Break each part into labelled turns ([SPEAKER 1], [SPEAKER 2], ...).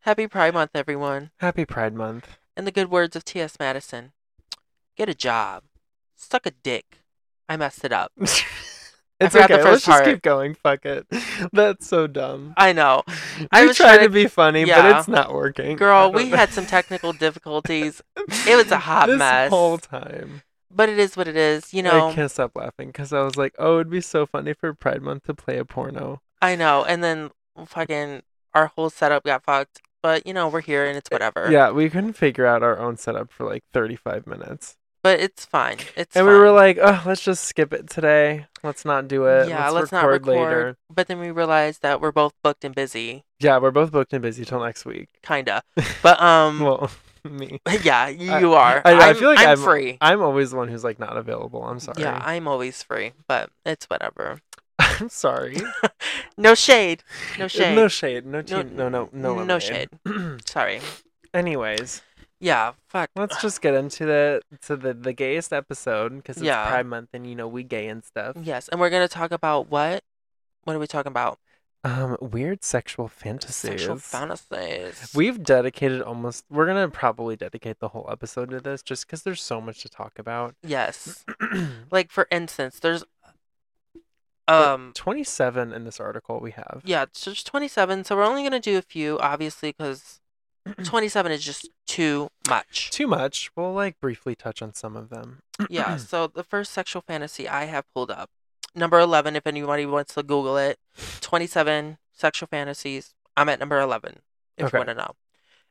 [SPEAKER 1] Happy Pride Month, everyone,
[SPEAKER 2] Happy Pride Month.
[SPEAKER 1] in the good words of T.S. Madison. Get a job. Suck a dick. I messed it up.
[SPEAKER 2] it's
[SPEAKER 1] forgot the
[SPEAKER 2] okay.
[SPEAKER 1] first
[SPEAKER 2] Let's just
[SPEAKER 1] part.
[SPEAKER 2] keep going. Fuck it. That's so dumb.
[SPEAKER 1] I know. I
[SPEAKER 2] I
[SPEAKER 1] was
[SPEAKER 2] was trying
[SPEAKER 1] trying
[SPEAKER 2] to be funny,
[SPEAKER 1] yeah.
[SPEAKER 2] but it's not working. I
[SPEAKER 1] Girl,
[SPEAKER 2] don't
[SPEAKER 1] we
[SPEAKER 2] know.
[SPEAKER 1] had some technical difficulties, it was a hot
[SPEAKER 2] this
[SPEAKER 1] mess.
[SPEAKER 2] whole time.
[SPEAKER 1] but it is what it is. You
[SPEAKER 2] I
[SPEAKER 1] know,
[SPEAKER 2] can't stop laughing because I was like, "Oh, it'd be so funny for Pride Month to play a porno."
[SPEAKER 1] I know. And then fucking our whole setup got fucked. But, you know, we're here and it's whatever.
[SPEAKER 2] Eh, Yeah, we couldn't figure out our own setup for like 35 minutes,
[SPEAKER 1] But it's fine. It's
[SPEAKER 2] and we were
[SPEAKER 1] fine.
[SPEAKER 2] like, "Oh, let's just skip it today. Let's not do it.
[SPEAKER 1] yeah, let's,
[SPEAKER 2] let's,
[SPEAKER 1] not
[SPEAKER 2] record
[SPEAKER 1] record.
[SPEAKER 2] later."
[SPEAKER 1] But then we realized that we're both booked and busy,
[SPEAKER 2] Yeah, we're both booked and busy till next week.
[SPEAKER 1] kinda. But um,
[SPEAKER 2] Well, me.
[SPEAKER 1] yeah, you are.
[SPEAKER 2] I, I
[SPEAKER 1] I'm-
[SPEAKER 2] feel like
[SPEAKER 1] I'm,
[SPEAKER 2] I'm,
[SPEAKER 1] free.
[SPEAKER 2] I'm always the one who's like not available. I'm sorry.
[SPEAKER 1] Yeah, I'm always free, but it's whatever.
[SPEAKER 2] I'm sorry.
[SPEAKER 1] No shade. No shade.
[SPEAKER 2] No shade. No
[SPEAKER 1] No-
[SPEAKER 2] team. No, no, no.
[SPEAKER 1] no
[SPEAKER 2] lemonade.
[SPEAKER 1] Sorry.
[SPEAKER 2] Anyways,
[SPEAKER 1] Yeah, fuck.
[SPEAKER 2] let's just get into the to the the gayest episode because it's
[SPEAKER 1] Yeah.
[SPEAKER 2] Pride Month and you know we gay and stuff.
[SPEAKER 1] Yes, and we're going to talk about what? What are we talking about?
[SPEAKER 2] Um, weird sexual fantasies.
[SPEAKER 1] Sexual fantasies.
[SPEAKER 2] We've dedicated almost. We're gonna probably dedicate the whole episode to this just because there's so much to talk about.
[SPEAKER 1] yes. Like for instance, there's um
[SPEAKER 2] 27 in this article we have.
[SPEAKER 1] yeah, so there's 27, so we're only going to do a few obviously cuz 27 is just too much.
[SPEAKER 2] Too much. We'll like briefly touch on some of them.
[SPEAKER 1] Yeah, so the first sexual fantasy I have pulled up. Number 11 if anybody wants to google it. 27 sexual fantasies. I'm at number 11 if
[SPEAKER 2] Okay.
[SPEAKER 1] you want to know.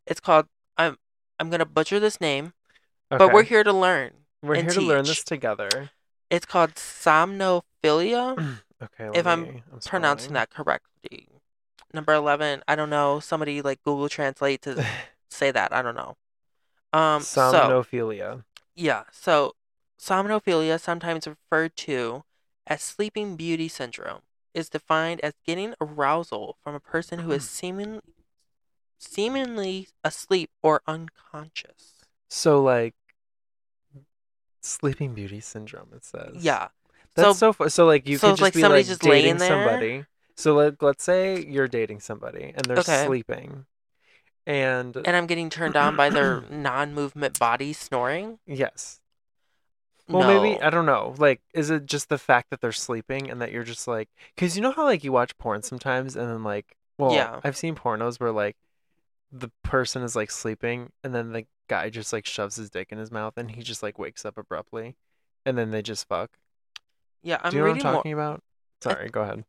[SPEAKER 1] It's called I'm I'm going to butcher this name, but
[SPEAKER 2] Okay.
[SPEAKER 1] we're here to learn.
[SPEAKER 2] We're
[SPEAKER 1] and
[SPEAKER 2] here to learn
[SPEAKER 1] teach.
[SPEAKER 2] this together.
[SPEAKER 1] It's called
[SPEAKER 2] Mm,
[SPEAKER 1] somnophilia.
[SPEAKER 2] Okay.
[SPEAKER 1] If I'm
[SPEAKER 2] scrolling.
[SPEAKER 1] Pronouncing that correctly. Number 11, I don't know, somebody like Google Translate to say that, I don't know. Um so
[SPEAKER 2] Somnophilia.
[SPEAKER 1] yeah, so somnophilia sometimes referred to as sleeping beauty syndrome is defined as getting arousal from a person who
[SPEAKER 2] Mm-hmm.
[SPEAKER 1] is seeming, seemingly asleep or unconscious.
[SPEAKER 2] So like Sleeping Beauty syndrome. It says.
[SPEAKER 1] Yeah.
[SPEAKER 2] That's so. fu- so like you
[SPEAKER 1] so
[SPEAKER 2] could
[SPEAKER 1] it's
[SPEAKER 2] just
[SPEAKER 1] like
[SPEAKER 2] be
[SPEAKER 1] somebody's
[SPEAKER 2] like
[SPEAKER 1] just laying
[SPEAKER 2] dating
[SPEAKER 1] there?
[SPEAKER 2] somebody. So like let's say you're dating somebody and they're
[SPEAKER 1] Okay.
[SPEAKER 2] sleeping, and,
[SPEAKER 1] and I'm getting turned on by their non-movement body snoring.
[SPEAKER 2] yes. Well, maybe I don't know. Like, is it just the fact that they're sleeping and that you're just like, because you know how like you watch porn sometimes and then like, well,
[SPEAKER 1] Yeah.
[SPEAKER 2] I've seen pornos where like the person is like sleeping and then the guy just like shoves his dick in his mouth and he just like wakes up abruptly, and then they just fuck.
[SPEAKER 1] yeah, I'm
[SPEAKER 2] Do you know what I'm
[SPEAKER 1] reading more.
[SPEAKER 2] talking about? Sorry, go ahead.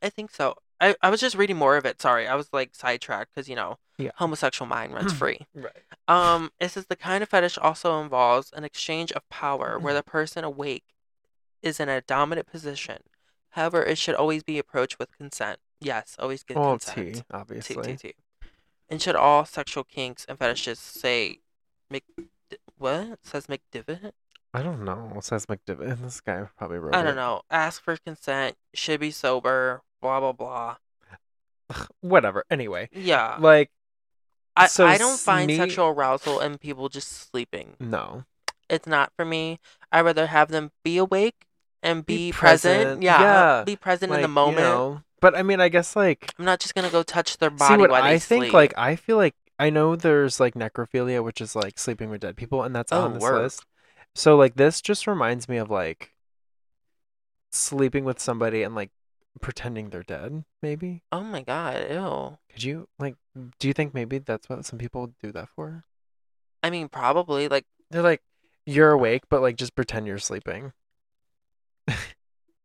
[SPEAKER 1] I think so. I, I was just reading more of it. Sorry, I was like sidetracked because you know,
[SPEAKER 2] Yeah.
[SPEAKER 1] homosexual mind runs free.
[SPEAKER 2] Right.
[SPEAKER 1] Um, it says the kind of fetish also involves an exchange of power
[SPEAKER 2] Mm.
[SPEAKER 1] where the person awake is in a dominant position. However, it should always be approached with consent. Yes, always get
[SPEAKER 2] Well,
[SPEAKER 1] consent.
[SPEAKER 2] T,
[SPEAKER 1] T,
[SPEAKER 2] obviously.
[SPEAKER 1] T, T. And should all sexual kinks and fetishes say Mc what says McDivitt?
[SPEAKER 2] I don't know. It says McDivitt. This guy probably wrote
[SPEAKER 1] I don't
[SPEAKER 2] it.
[SPEAKER 1] know. Ask for consent. Should be sober. Blah blah blah.
[SPEAKER 2] Whatever. Anyway,
[SPEAKER 1] Yeah,
[SPEAKER 2] like,
[SPEAKER 1] I,
[SPEAKER 2] so
[SPEAKER 1] I don't find
[SPEAKER 2] me-
[SPEAKER 1] sexual arousal in people just sleeping.
[SPEAKER 2] no.
[SPEAKER 1] It's not for me. I rather have them be awake and
[SPEAKER 2] Be
[SPEAKER 1] be, present.
[SPEAKER 2] present,
[SPEAKER 1] Yeah,
[SPEAKER 2] yeah,
[SPEAKER 1] be present in
[SPEAKER 2] Like,
[SPEAKER 1] the
[SPEAKER 2] you
[SPEAKER 1] moment.
[SPEAKER 2] know, but I mean, I guess like.
[SPEAKER 1] I'm not just gonna go touch their body
[SPEAKER 2] See what
[SPEAKER 1] while they
[SPEAKER 2] I think?
[SPEAKER 1] sleep.
[SPEAKER 2] Like I feel like I know there's like necrophilia, which is like sleeping with dead people, and that's
[SPEAKER 1] Oh,
[SPEAKER 2] on this
[SPEAKER 1] work.
[SPEAKER 2] list. So like this just reminds me of like sleeping with somebody and like pretending they're dead. Maybe
[SPEAKER 1] oh my god, ew.
[SPEAKER 2] could you like? Do you think maybe that's what some people do that for?
[SPEAKER 1] I mean, probably like
[SPEAKER 2] They're like you're awake, but like just pretend you're sleeping.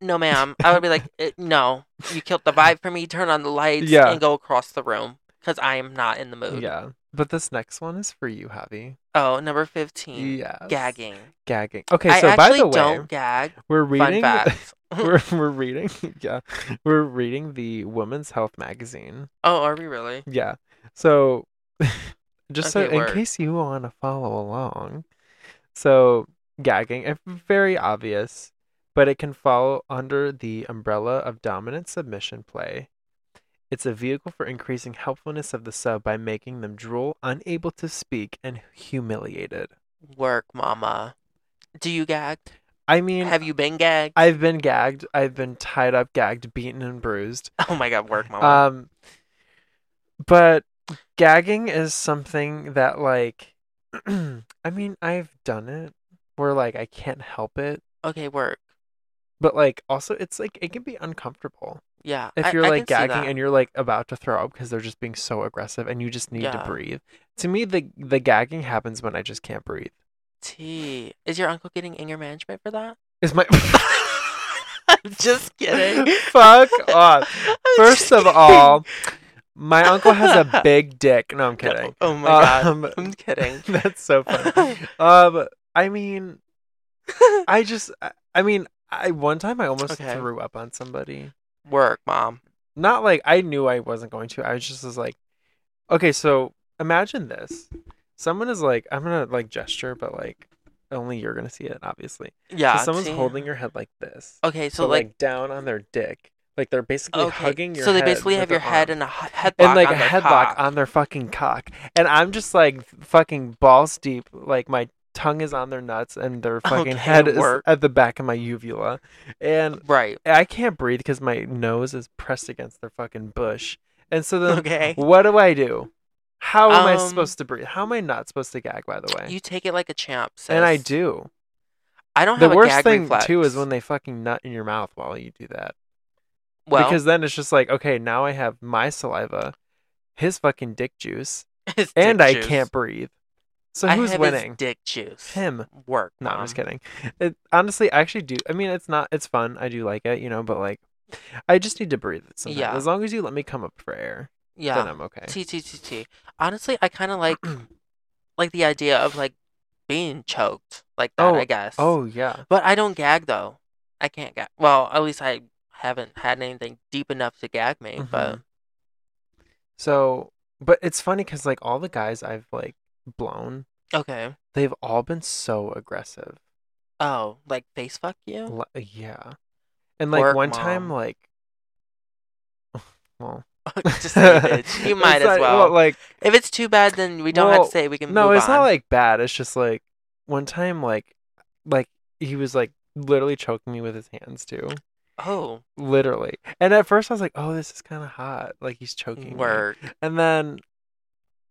[SPEAKER 1] no, ma'am. I would be like, "Eh, no, you killed the vibe for me. Turn on the lights
[SPEAKER 2] Yeah.
[SPEAKER 1] and go across the room because I am not in the mood.
[SPEAKER 2] Yeah, but this next one is for you, Javi.
[SPEAKER 1] Oh, number fifteen,
[SPEAKER 2] Yeah,
[SPEAKER 1] gagging.
[SPEAKER 2] gagging. Okay,
[SPEAKER 1] I
[SPEAKER 2] so by
[SPEAKER 1] actually
[SPEAKER 2] the way,
[SPEAKER 1] don't gag.
[SPEAKER 2] we're
[SPEAKER 1] Fun
[SPEAKER 2] reading.
[SPEAKER 1] fact.
[SPEAKER 2] we're, we're reading yeah we're reading the women's health magazine
[SPEAKER 1] oh, are we really?
[SPEAKER 2] yeah so just so
[SPEAKER 1] Okay,
[SPEAKER 2] in
[SPEAKER 1] word.
[SPEAKER 2] case you want to follow along so gagging eh, very obvious but it can fall under the umbrella of dominant submission play it's a vehicle for increasing helpfulness of the sub by making them drool unable to speak and humiliated
[SPEAKER 1] Work, mama. Do you gag?
[SPEAKER 2] i mean
[SPEAKER 1] Have you been gagged?
[SPEAKER 2] i've been gagged i've been tied up gagged beaten and bruised
[SPEAKER 1] oh my god, work, mama.
[SPEAKER 2] Um, but gagging is something that like I mean, I've done it where like I can't help it,
[SPEAKER 1] Okay, work.
[SPEAKER 2] but like also it's like it can be uncomfortable.
[SPEAKER 1] Yeah.
[SPEAKER 2] If
[SPEAKER 1] I-
[SPEAKER 2] you're
[SPEAKER 1] I
[SPEAKER 2] like
[SPEAKER 1] can see
[SPEAKER 2] gagging
[SPEAKER 1] that.
[SPEAKER 2] and you're like about to throw up because they're just being so aggressive and you just need to
[SPEAKER 1] Yeah.
[SPEAKER 2] breathe. To me the the gagging happens when I just can't breathe.
[SPEAKER 1] T. Is your uncle getting anger management for that?
[SPEAKER 2] Is my
[SPEAKER 1] I'm just kidding.
[SPEAKER 2] Fuck off.
[SPEAKER 1] I'm
[SPEAKER 2] First
[SPEAKER 1] just
[SPEAKER 2] of
[SPEAKER 1] kidding.
[SPEAKER 2] all, my uncle has a big dick. No, I'm
[SPEAKER 1] No,
[SPEAKER 2] kidding.
[SPEAKER 1] Oh my god.
[SPEAKER 2] Um,
[SPEAKER 1] I'm kidding.
[SPEAKER 2] That's so funny. um, I mean, I just, I, I mean, I one time I almost
[SPEAKER 1] Okay.
[SPEAKER 2] threw up on somebody.
[SPEAKER 1] Work, mom.
[SPEAKER 2] Not like I knew I wasn't going to. I was just was like, okay, so imagine this. Someone is like, I'm gonna like gesture, but like only you're gonna see it, obviously. So
[SPEAKER 1] Yeah.
[SPEAKER 2] someone's
[SPEAKER 1] see?
[SPEAKER 2] holding your head like this,
[SPEAKER 1] Okay, so,
[SPEAKER 2] so, like,
[SPEAKER 1] like,
[SPEAKER 2] down on their dick, like they're basically
[SPEAKER 1] okay,
[SPEAKER 2] hugging your.
[SPEAKER 1] so they
[SPEAKER 2] head
[SPEAKER 1] basically
[SPEAKER 2] with
[SPEAKER 1] have
[SPEAKER 2] their
[SPEAKER 1] your head
[SPEAKER 2] arms
[SPEAKER 1] in a h- headlock
[SPEAKER 2] and like
[SPEAKER 1] on
[SPEAKER 2] a
[SPEAKER 1] their
[SPEAKER 2] headlock
[SPEAKER 1] cock.
[SPEAKER 2] on their fucking cock. And I'm just like fucking balls deep, like my tongue is on their nuts and their
[SPEAKER 1] Okay,
[SPEAKER 2] fucking head is
[SPEAKER 1] work.
[SPEAKER 2] at the back of my uvula. And
[SPEAKER 1] Right.
[SPEAKER 2] I can't breathe because my nose is pressed against their fucking bush. And so then
[SPEAKER 1] Okay.
[SPEAKER 2] what do I do? How am I
[SPEAKER 1] Um,
[SPEAKER 2] supposed to breathe? How am I not supposed to gag by the way?
[SPEAKER 1] You take it like a champ, sis.
[SPEAKER 2] and I do.
[SPEAKER 1] I don't
[SPEAKER 2] The
[SPEAKER 1] have a
[SPEAKER 2] worst
[SPEAKER 1] gag
[SPEAKER 2] thing
[SPEAKER 1] reflex.
[SPEAKER 2] too is when they fucking nut in your mouth while you do that.
[SPEAKER 1] well,
[SPEAKER 2] because then it's just like, okay, now I have my saliva, his fucking dick juice,
[SPEAKER 1] his
[SPEAKER 2] and
[SPEAKER 1] dick
[SPEAKER 2] I
[SPEAKER 1] juice.
[SPEAKER 2] can't breathe. So
[SPEAKER 1] I
[SPEAKER 2] who's
[SPEAKER 1] have his
[SPEAKER 2] winning?
[SPEAKER 1] dick juice.
[SPEAKER 2] Him.
[SPEAKER 1] Work.
[SPEAKER 2] No,
[SPEAKER 1] mom.
[SPEAKER 2] I'm just kidding. It, honestly, I actually do. I mean, it's not. It's fun. I do like it, you know. But like, I just need to breathe. Sometimes.
[SPEAKER 1] Yeah.
[SPEAKER 2] As long as you let me come up for air, then
[SPEAKER 1] Yeah.
[SPEAKER 2] I'm okay.
[SPEAKER 1] T T T T. Honestly, I kind of like like the idea of like being choked like that.
[SPEAKER 2] Oh,
[SPEAKER 1] I guess.
[SPEAKER 2] Oh yeah.
[SPEAKER 1] But I don't gag though. I can't gag. Well, at least I haven't had anything deep enough to gag me. But
[SPEAKER 2] Mhm. So, but it's funny because like all the guys I've like blown,
[SPEAKER 1] okay.
[SPEAKER 2] they've all been so aggressive.
[SPEAKER 1] Oh, like face fuck you?
[SPEAKER 2] Li- yeah. And like
[SPEAKER 1] Work,
[SPEAKER 2] one time,
[SPEAKER 1] Mom.
[SPEAKER 2] like. Well,
[SPEAKER 1] just say bitch. You might
[SPEAKER 2] It's
[SPEAKER 1] as
[SPEAKER 2] like-
[SPEAKER 1] well.
[SPEAKER 2] Like
[SPEAKER 1] If it's too bad, then we don't have
[SPEAKER 2] Well,
[SPEAKER 1] to say. it. We can
[SPEAKER 2] No,
[SPEAKER 1] move
[SPEAKER 2] it's
[SPEAKER 1] on.
[SPEAKER 2] not like bad. It's just like one time, like, like he was like literally choking me with his hands too,
[SPEAKER 1] oh
[SPEAKER 2] literally. And at first, I was like, "Oh, this is kind of hot." Like he's choking me.
[SPEAKER 1] work.
[SPEAKER 2] And then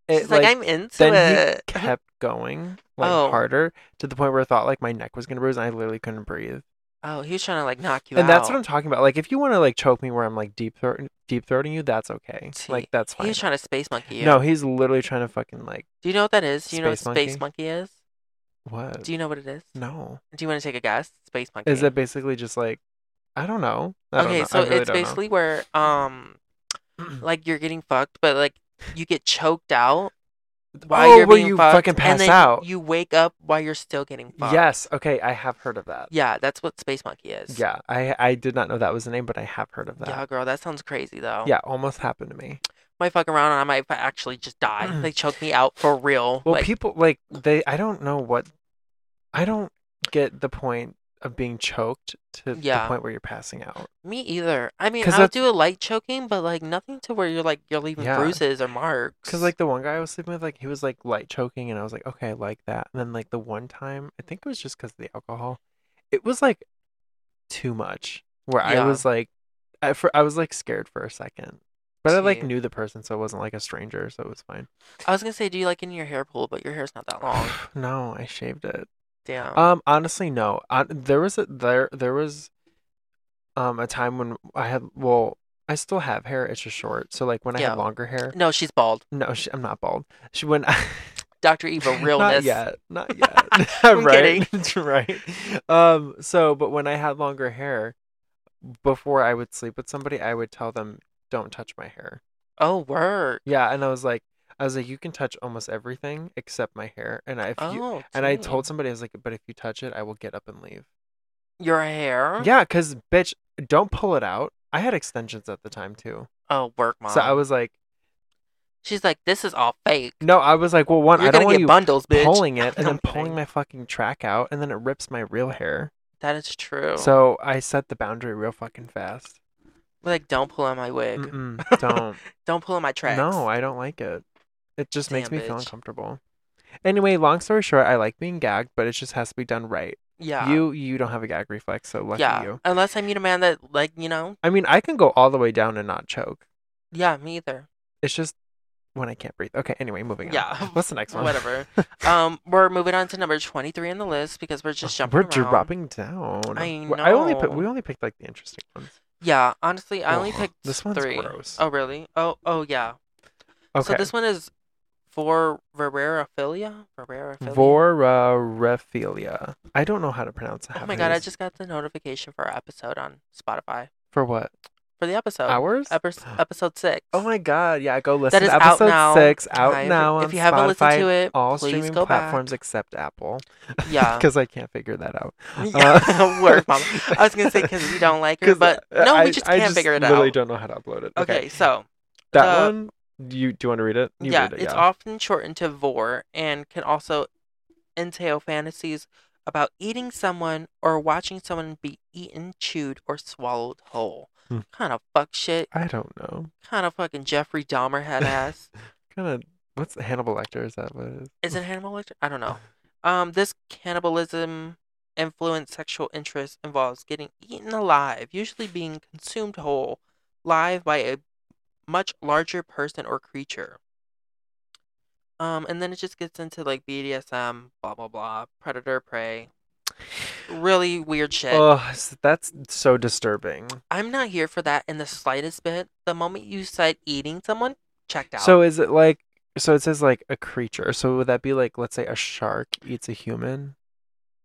[SPEAKER 1] It's
[SPEAKER 2] it
[SPEAKER 1] like,
[SPEAKER 2] like,
[SPEAKER 1] I'm into
[SPEAKER 2] then
[SPEAKER 1] it.
[SPEAKER 2] he kept going like
[SPEAKER 1] Oh.
[SPEAKER 2] harder to the point where I thought like my neck was gonna bruise and I literally couldn't breathe.
[SPEAKER 1] Oh, he was trying to like knock you
[SPEAKER 2] and
[SPEAKER 1] out.
[SPEAKER 2] that's what I'm talking about. Like if you want to like choke me where I'm like deep throat deep throating you, that's okay.
[SPEAKER 1] See,
[SPEAKER 2] Like that's
[SPEAKER 1] He
[SPEAKER 2] fine.
[SPEAKER 1] was trying to space monkey you.
[SPEAKER 2] No, he's literally trying to fucking like
[SPEAKER 1] Do you know what that is? Do you know what
[SPEAKER 2] Space
[SPEAKER 1] space monkey is?
[SPEAKER 2] what?
[SPEAKER 1] Do you know what it is?
[SPEAKER 2] No.
[SPEAKER 1] Do you want to take a guess? Space monkey.
[SPEAKER 2] Mm. Is it basically just like I don't know. I don't
[SPEAKER 1] okay,
[SPEAKER 2] know.
[SPEAKER 1] so
[SPEAKER 2] I really
[SPEAKER 1] it's
[SPEAKER 2] don't know.
[SPEAKER 1] basically where um like you're getting fucked, but like you get choked out while
[SPEAKER 2] Oh,
[SPEAKER 1] you're
[SPEAKER 2] where
[SPEAKER 1] being
[SPEAKER 2] you
[SPEAKER 1] fucked,
[SPEAKER 2] fucking pass
[SPEAKER 1] and then
[SPEAKER 2] out.
[SPEAKER 1] You wake up while you're still getting fucked.
[SPEAKER 2] Yes. Okay, I have heard of that.
[SPEAKER 1] Yeah, that's what space monkey is.
[SPEAKER 2] Yeah, I I did not know that was the name, but I have heard of
[SPEAKER 1] Yeah,
[SPEAKER 2] that.
[SPEAKER 1] girl, that sounds crazy though.
[SPEAKER 2] Yeah, almost happened to me.
[SPEAKER 1] might fuck around and I might actually just die. they choke me out for real.
[SPEAKER 2] Well,
[SPEAKER 1] like,
[SPEAKER 2] people like they. I don't know what. I don't get the point of being choked to the
[SPEAKER 1] Yeah.
[SPEAKER 2] point where you're passing out.
[SPEAKER 1] me either. I mean,
[SPEAKER 2] 'Cause
[SPEAKER 1] I'll
[SPEAKER 2] that's-
[SPEAKER 1] do a light choking, but like nothing to where you're like you're leaving
[SPEAKER 2] Yeah.
[SPEAKER 1] bruises or marks.
[SPEAKER 2] Because like the one guy I was sleeping with, like he was like light choking, and I was like, okay, I like that. And then like the one time, I think it was just because of the alcohol, it was like too much. Where I
[SPEAKER 1] Yeah.
[SPEAKER 2] was like, I for I was like scared for a second, but I like
[SPEAKER 1] See.
[SPEAKER 2] knew the person, so it wasn't like a stranger, so it was fine.
[SPEAKER 1] I was gonna say, do you like in your hair pull? But your hair's not that long.
[SPEAKER 2] no, I shaved it.
[SPEAKER 1] Damn.
[SPEAKER 2] Um, honestly, no. I, there was a there there was, um, a time when I had well, I still have hair. It's just short. So like when I
[SPEAKER 1] Yeah.
[SPEAKER 2] had longer hair,
[SPEAKER 1] no, she's bald.
[SPEAKER 2] no, sh I'm not bald. She when.
[SPEAKER 1] Dr. Eva, realness.
[SPEAKER 2] Not yet. Not yet.
[SPEAKER 1] I'm
[SPEAKER 2] right. right. Um, so, but when I had longer hair, before I would sleep with somebody, I would tell them, don't touch my hair.
[SPEAKER 1] Oh, work.
[SPEAKER 2] Yeah. And I was like, I was like, you can touch almost everything except my hair. And I, if you,
[SPEAKER 1] Oh,
[SPEAKER 2] and I
[SPEAKER 1] dang.
[SPEAKER 2] told somebody, I was like, but if you touch it, I will get up and leave.
[SPEAKER 1] your hair.
[SPEAKER 2] Yeah. Cause bitch, don't pull it out. I had extensions at the time too.
[SPEAKER 1] Oh, work, mom.
[SPEAKER 2] So I was like,
[SPEAKER 1] She's like, this is all fake.
[SPEAKER 2] no, I was like, well, one,
[SPEAKER 1] You're
[SPEAKER 2] I don't
[SPEAKER 1] gonna
[SPEAKER 2] want
[SPEAKER 1] get
[SPEAKER 2] you
[SPEAKER 1] bundles, bitch.
[SPEAKER 2] pulling it and
[SPEAKER 1] I'm
[SPEAKER 2] then pulling
[SPEAKER 1] kidding.
[SPEAKER 2] my fucking track out and then it rips my real hair.
[SPEAKER 1] That is true.
[SPEAKER 2] So I set the boundary real fucking fast.
[SPEAKER 1] like, don't pull on my wig.
[SPEAKER 2] Mm-mm, don't.
[SPEAKER 1] Don't pull on my tracks.
[SPEAKER 2] no, I don't like it. It just makes me
[SPEAKER 1] Damn,
[SPEAKER 2] feel
[SPEAKER 1] bitch.
[SPEAKER 2] uncomfortable. Anyway, long story short, I like being gagged, but it just has to be done right.
[SPEAKER 1] Yeah.
[SPEAKER 2] You you don't have a gag reflex, so lucky
[SPEAKER 1] yeah.
[SPEAKER 2] you.
[SPEAKER 1] Unless I meet a man that, like, you know.
[SPEAKER 2] I mean, I can go all the way down and not choke.
[SPEAKER 1] Yeah, me either.
[SPEAKER 2] It's just when I can't breathe. Okay, anyway, moving on.
[SPEAKER 1] Yeah.
[SPEAKER 2] What's the next one?
[SPEAKER 1] Whatever. um, we're moving on to number 23 on the list because we're just jumping
[SPEAKER 2] Oh, We're
[SPEAKER 1] around.
[SPEAKER 2] dropping down.
[SPEAKER 1] I
[SPEAKER 2] W- I only picked,
[SPEAKER 1] know.
[SPEAKER 2] we only picked like the interesting ones.
[SPEAKER 1] Yeah, honestly, I only
[SPEAKER 2] Ugh,
[SPEAKER 1] picked
[SPEAKER 2] this one's
[SPEAKER 1] three.
[SPEAKER 2] gross.
[SPEAKER 1] Oh, really? Oh, oh yeah.
[SPEAKER 2] Okay.
[SPEAKER 1] So this one is for Rareraphilia? Rareraphilia?
[SPEAKER 2] Voraraphilia. I don't know how to pronounce it.
[SPEAKER 1] Oh my god, I just got the notification for our episode on Spotify.
[SPEAKER 2] for what
[SPEAKER 1] For the episode.
[SPEAKER 2] hours?
[SPEAKER 1] Epis- episode 6.
[SPEAKER 2] Oh my god! Yeah, go listen. to
[SPEAKER 1] is out
[SPEAKER 2] episode
[SPEAKER 1] now.
[SPEAKER 2] six out
[SPEAKER 1] I-
[SPEAKER 2] now on
[SPEAKER 1] if you haven't listened
[SPEAKER 2] Spotify,
[SPEAKER 1] to it,
[SPEAKER 2] all
[SPEAKER 1] please
[SPEAKER 2] streaming
[SPEAKER 1] go back.
[SPEAKER 2] platforms except Apple.
[SPEAKER 1] Yeah.
[SPEAKER 2] because I can't figure that out. Uh,
[SPEAKER 1] yeah. Word, mama. I was going to say because we don't like her,
[SPEAKER 2] 'Cause
[SPEAKER 1] but
[SPEAKER 2] I-
[SPEAKER 1] no,
[SPEAKER 2] I-
[SPEAKER 1] we just
[SPEAKER 2] I
[SPEAKER 1] can't figure it
[SPEAKER 2] Literally
[SPEAKER 1] out.
[SPEAKER 2] don't know how to upload it.
[SPEAKER 1] Okay, so
[SPEAKER 2] that
[SPEAKER 1] the-
[SPEAKER 2] one. You do you want to read it? You
[SPEAKER 1] yeah,
[SPEAKER 2] read it,
[SPEAKER 1] it's
[SPEAKER 2] yeah.
[SPEAKER 1] often shortened to vor and can also entail fantasies about eating someone or watching someone be eaten, chewed, or swallowed whole.
[SPEAKER 2] Hmm.
[SPEAKER 1] Kind of fuck shit.
[SPEAKER 2] I don't know.
[SPEAKER 1] Kind of fucking Jeffrey Dahmer head ass.
[SPEAKER 2] Kind of. What's Hannibal Lecter? Is that what it is?
[SPEAKER 1] Is it Hannibal Lecter? I don't know. Um, this cannibalism influenced sexual interest involves getting eaten alive, usually being consumed whole, live by a much larger person or creature. Um, and then it just gets into like BDSM, blah blah blah, predator prey, really weird shit.
[SPEAKER 2] Oh, s- that's so disturbing.
[SPEAKER 1] I'm not here for that in the slightest bit. The moment you said eating someone, checked out.
[SPEAKER 2] So is it like? So it says like a creature. So would that be like, let's say, a shark eats a human?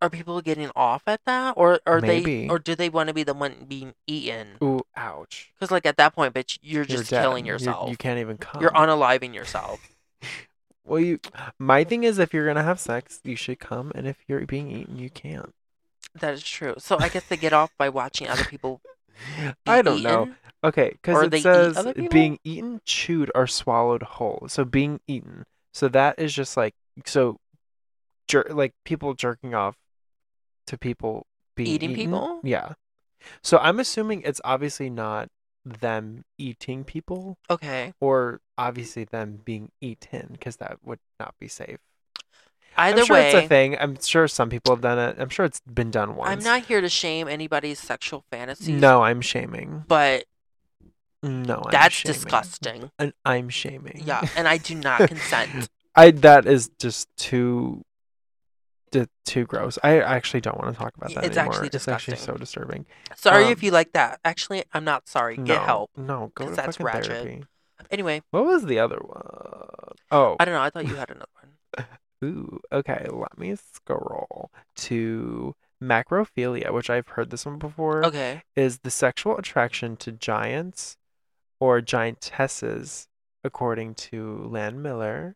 [SPEAKER 1] are people getting off at that, or are
[SPEAKER 2] Maybe.
[SPEAKER 1] they, or do they want to be the one being eaten?
[SPEAKER 2] Ooh, ouch!
[SPEAKER 1] Because like at that point, bitch, you're
[SPEAKER 2] You're
[SPEAKER 1] just killing
[SPEAKER 2] dead. You're-
[SPEAKER 1] yourself.
[SPEAKER 2] you can't even come.
[SPEAKER 1] You're unaliving yourself.
[SPEAKER 2] Well, you. My thing is, if you're gonna have sex, you should come, and if you're being eaten, you can't.
[SPEAKER 1] That is true. So I guess they get off by watching other people. be
[SPEAKER 2] I don't know.
[SPEAKER 1] eaten.
[SPEAKER 2] Okay, because
[SPEAKER 1] Or
[SPEAKER 2] it
[SPEAKER 1] they eat
[SPEAKER 2] says
[SPEAKER 1] other people?
[SPEAKER 2] being eaten, chewed, or swallowed whole. So being eaten. So that is just like so, jer- like people jerking off to people being
[SPEAKER 1] Eating
[SPEAKER 2] eaten.
[SPEAKER 1] people?
[SPEAKER 2] Yeah. So I'm assuming it's obviously not them eating people,
[SPEAKER 1] Okay,
[SPEAKER 2] or obviously them being eaten, because that would not be safe.
[SPEAKER 1] either
[SPEAKER 2] I'm sure
[SPEAKER 1] way,
[SPEAKER 2] it's a thing. I'm sure some people have done it. I'm sure it's been done once.
[SPEAKER 1] I'm not here to shame anybody's sexual fantasies.
[SPEAKER 2] No, I'm shaming.
[SPEAKER 1] but
[SPEAKER 2] No, I'm
[SPEAKER 1] that's
[SPEAKER 2] shaming.
[SPEAKER 1] disgusting.
[SPEAKER 2] And I'm shaming.
[SPEAKER 1] Yeah, and I do not consent.
[SPEAKER 2] I that is just too d- too gross. I actually don't want to talk about
[SPEAKER 1] Y-
[SPEAKER 2] that
[SPEAKER 1] it's
[SPEAKER 2] anymore.
[SPEAKER 1] actually
[SPEAKER 2] it's actually so
[SPEAKER 1] disgusting.
[SPEAKER 2] disturbing.
[SPEAKER 1] Sorry
[SPEAKER 2] Um,
[SPEAKER 1] if you like that. Actually, I'm not sorry. Get
[SPEAKER 2] no,
[SPEAKER 1] help.
[SPEAKER 2] No, go
[SPEAKER 1] 'cause
[SPEAKER 2] to
[SPEAKER 1] that's
[SPEAKER 2] fucking
[SPEAKER 1] ratchet.
[SPEAKER 2] therapy.
[SPEAKER 1] Anyway,
[SPEAKER 2] What was the other one? Oh,
[SPEAKER 1] I don't know. I thought you had another one.
[SPEAKER 2] ooh, okay. Let me scroll to macrophilia, which I've heard this one before.
[SPEAKER 1] Okay.
[SPEAKER 2] Is the sexual attraction to giants or giantesses, according to Lan Miller.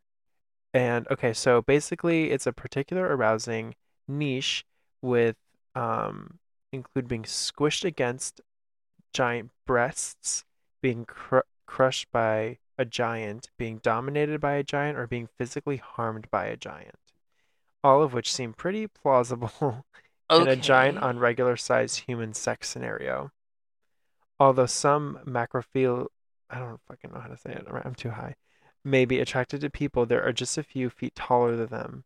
[SPEAKER 2] And okay, so basically, it's a particular arousing niche with um, include being squished against giant breasts, being cr- crushed by a giant, being dominated by a giant, or being physically harmed by a giant. All of which seem pretty plausible in a giant
[SPEAKER 1] Okay.
[SPEAKER 2] on regular sized human sex scenario. Although some macrophil I don't fucking know how to say it, I'm too high, may be attracted to people that are just a few feet taller than them.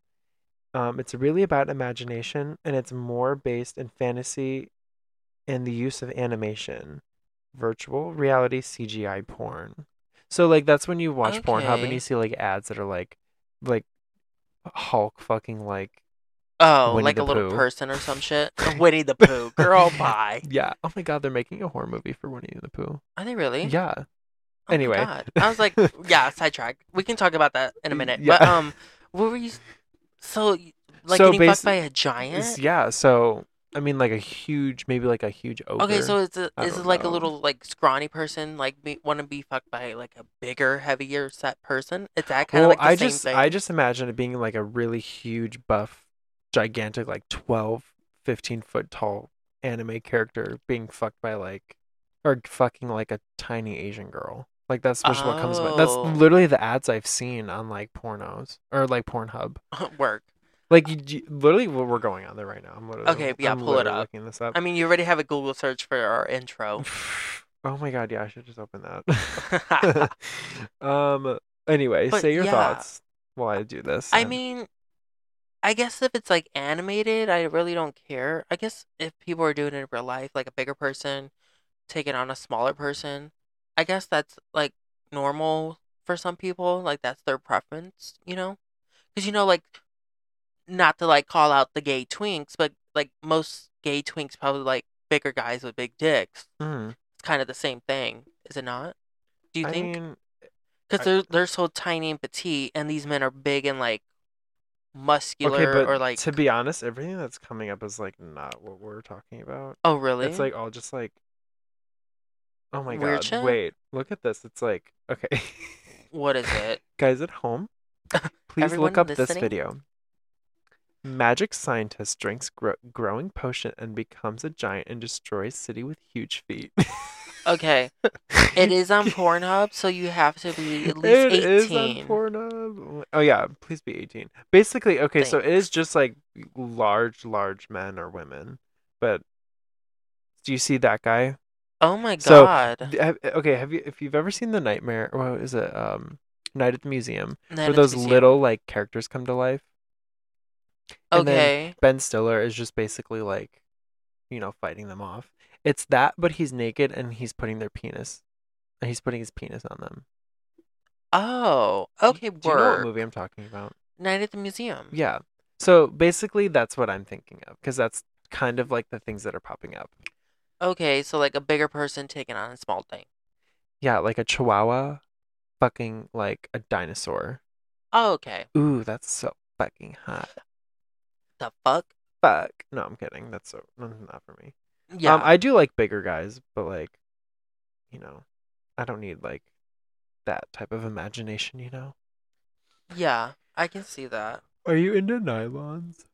[SPEAKER 2] Um, it's really about imagination and it's more based in fantasy and the use of animation, virtual reality, CGI porn. So like that's when you watch Pornhub and
[SPEAKER 1] Okay.
[SPEAKER 2] you see like ads that are like like Hulk fucking like
[SPEAKER 1] Oh,
[SPEAKER 2] Winnie
[SPEAKER 1] like
[SPEAKER 2] the
[SPEAKER 1] a little
[SPEAKER 2] Pooh.
[SPEAKER 1] person or some shit. Winnie the Pooh. Girl, bye.
[SPEAKER 2] Yeah. Oh my god, they're making a horror movie for Winnie the Pooh.
[SPEAKER 1] Are they really?
[SPEAKER 2] Yeah.
[SPEAKER 1] Oh my
[SPEAKER 2] Anyway.
[SPEAKER 1] God. I was like, yeah, sidetrack. We can talk about that in a minute.
[SPEAKER 2] Yeah.
[SPEAKER 1] But um, what were you? So y- like
[SPEAKER 2] So
[SPEAKER 1] getting fucked
[SPEAKER 2] basi-
[SPEAKER 1] by a
[SPEAKER 2] It's-
[SPEAKER 1] giant.
[SPEAKER 2] yeah, so I mean like a huge maybe like a huge ogre.
[SPEAKER 1] Okay, so it's a,
[SPEAKER 2] I
[SPEAKER 1] is it
[SPEAKER 2] don't
[SPEAKER 1] like a
[SPEAKER 2] know.
[SPEAKER 1] little like scrawny person like be, want to be fucked by like a bigger, heavier set person? Is that kind
[SPEAKER 2] well,
[SPEAKER 1] of like the
[SPEAKER 2] I
[SPEAKER 1] same
[SPEAKER 2] just
[SPEAKER 1] thing?
[SPEAKER 2] I just imagine it being like a really huge buff gigantic like 12 15 foot tall anime character being fucked by like or fucking like a tiny Asian girl. Like that's just what comes by. That's
[SPEAKER 1] Oh.
[SPEAKER 2] literally the ads I've seen on like pornos or like Pornhub.
[SPEAKER 1] work.
[SPEAKER 2] Like you, you- literally, we're we're going on there right now. I'm literally
[SPEAKER 1] Okay, yeah,
[SPEAKER 2] I'm
[SPEAKER 1] pull it
[SPEAKER 2] literally
[SPEAKER 1] up.
[SPEAKER 2] Looking this up.
[SPEAKER 1] I mean, you already have a Google search for our intro.
[SPEAKER 2] Oh my god, yeah, I should just open that. um. Anyway,
[SPEAKER 1] But
[SPEAKER 2] say your
[SPEAKER 1] yeah.
[SPEAKER 2] thoughts while I do this.
[SPEAKER 1] I
[SPEAKER 2] and-
[SPEAKER 1] mean, I guess if it's like animated, I really don't care. I guess if people are doing it in real life, like a bigger person taking on a smaller person, I guess that's like normal for some people. Like that's their preference, you know? Because you know, like, not to like call out the gay twinks, but like most gay twinks probably like bigger guys with big dicks.
[SPEAKER 2] Mm.
[SPEAKER 1] It's kind of the same thing, is it not? Do you
[SPEAKER 2] I
[SPEAKER 1] think?
[SPEAKER 2] mean,
[SPEAKER 1] Because
[SPEAKER 2] I-
[SPEAKER 1] they're they're so tiny and petite, and these men are big and like muscular
[SPEAKER 2] okay, but
[SPEAKER 1] or like.
[SPEAKER 2] to be honest, everything that's coming up is like not what we're talking about.
[SPEAKER 1] oh really?
[SPEAKER 2] It's like all just like, oh my
[SPEAKER 1] Weird
[SPEAKER 2] god,
[SPEAKER 1] shit?
[SPEAKER 2] wait, look at this. It's like, okay,
[SPEAKER 1] what is it?
[SPEAKER 2] guys at home, please look
[SPEAKER 1] Everyone
[SPEAKER 2] up this
[SPEAKER 1] listening?
[SPEAKER 2] video. Magic scientist drinks gro- growing potion and becomes a giant and destroys city with huge feet.
[SPEAKER 1] Okay, it is on Pornhub, so you have to be at least
[SPEAKER 2] It is on
[SPEAKER 1] eighteen.
[SPEAKER 2] Pornhub. Oh yeah, please be eighteen. Basically, okay, so it is just like large, large men or women. But do you see that guy?
[SPEAKER 1] oh my
[SPEAKER 2] So,
[SPEAKER 1] god!
[SPEAKER 2] D- have- Okay, have you if you've ever seen the Nightmare? What is it? Um, Night at the Museum,
[SPEAKER 1] Then
[SPEAKER 2] where
[SPEAKER 1] it's
[SPEAKER 2] those
[SPEAKER 1] museum.
[SPEAKER 2] little like characters come to life. and then
[SPEAKER 1] Okay.
[SPEAKER 2] Ben Stiller is just basically like, you know, fighting them off. It's that, but he's naked and he's putting their penis, and he's putting his penis on them.
[SPEAKER 1] Oh, okay.
[SPEAKER 2] Do you know what
[SPEAKER 1] Word.
[SPEAKER 2] movie I'm talking about?
[SPEAKER 1] Night at the museum.
[SPEAKER 2] Yeah. So basically, that's what I'm thinking of because that's kind of like the things that are popping up.
[SPEAKER 1] Okay, so like a bigger person taking on a small thing.
[SPEAKER 2] Yeah, like a chihuahua, fucking like a dinosaur.
[SPEAKER 1] Oh, okay.
[SPEAKER 2] Ooh, that's so fucking hot.
[SPEAKER 1] The fuck?
[SPEAKER 2] Fuck. No, I'm kidding. That's so no, not for me.
[SPEAKER 1] Yeah.
[SPEAKER 2] Um, I do like bigger guys, but like, you know, I don't need like that type of imagination. You know.
[SPEAKER 1] yeah. I can see that.
[SPEAKER 2] Are you into nylons?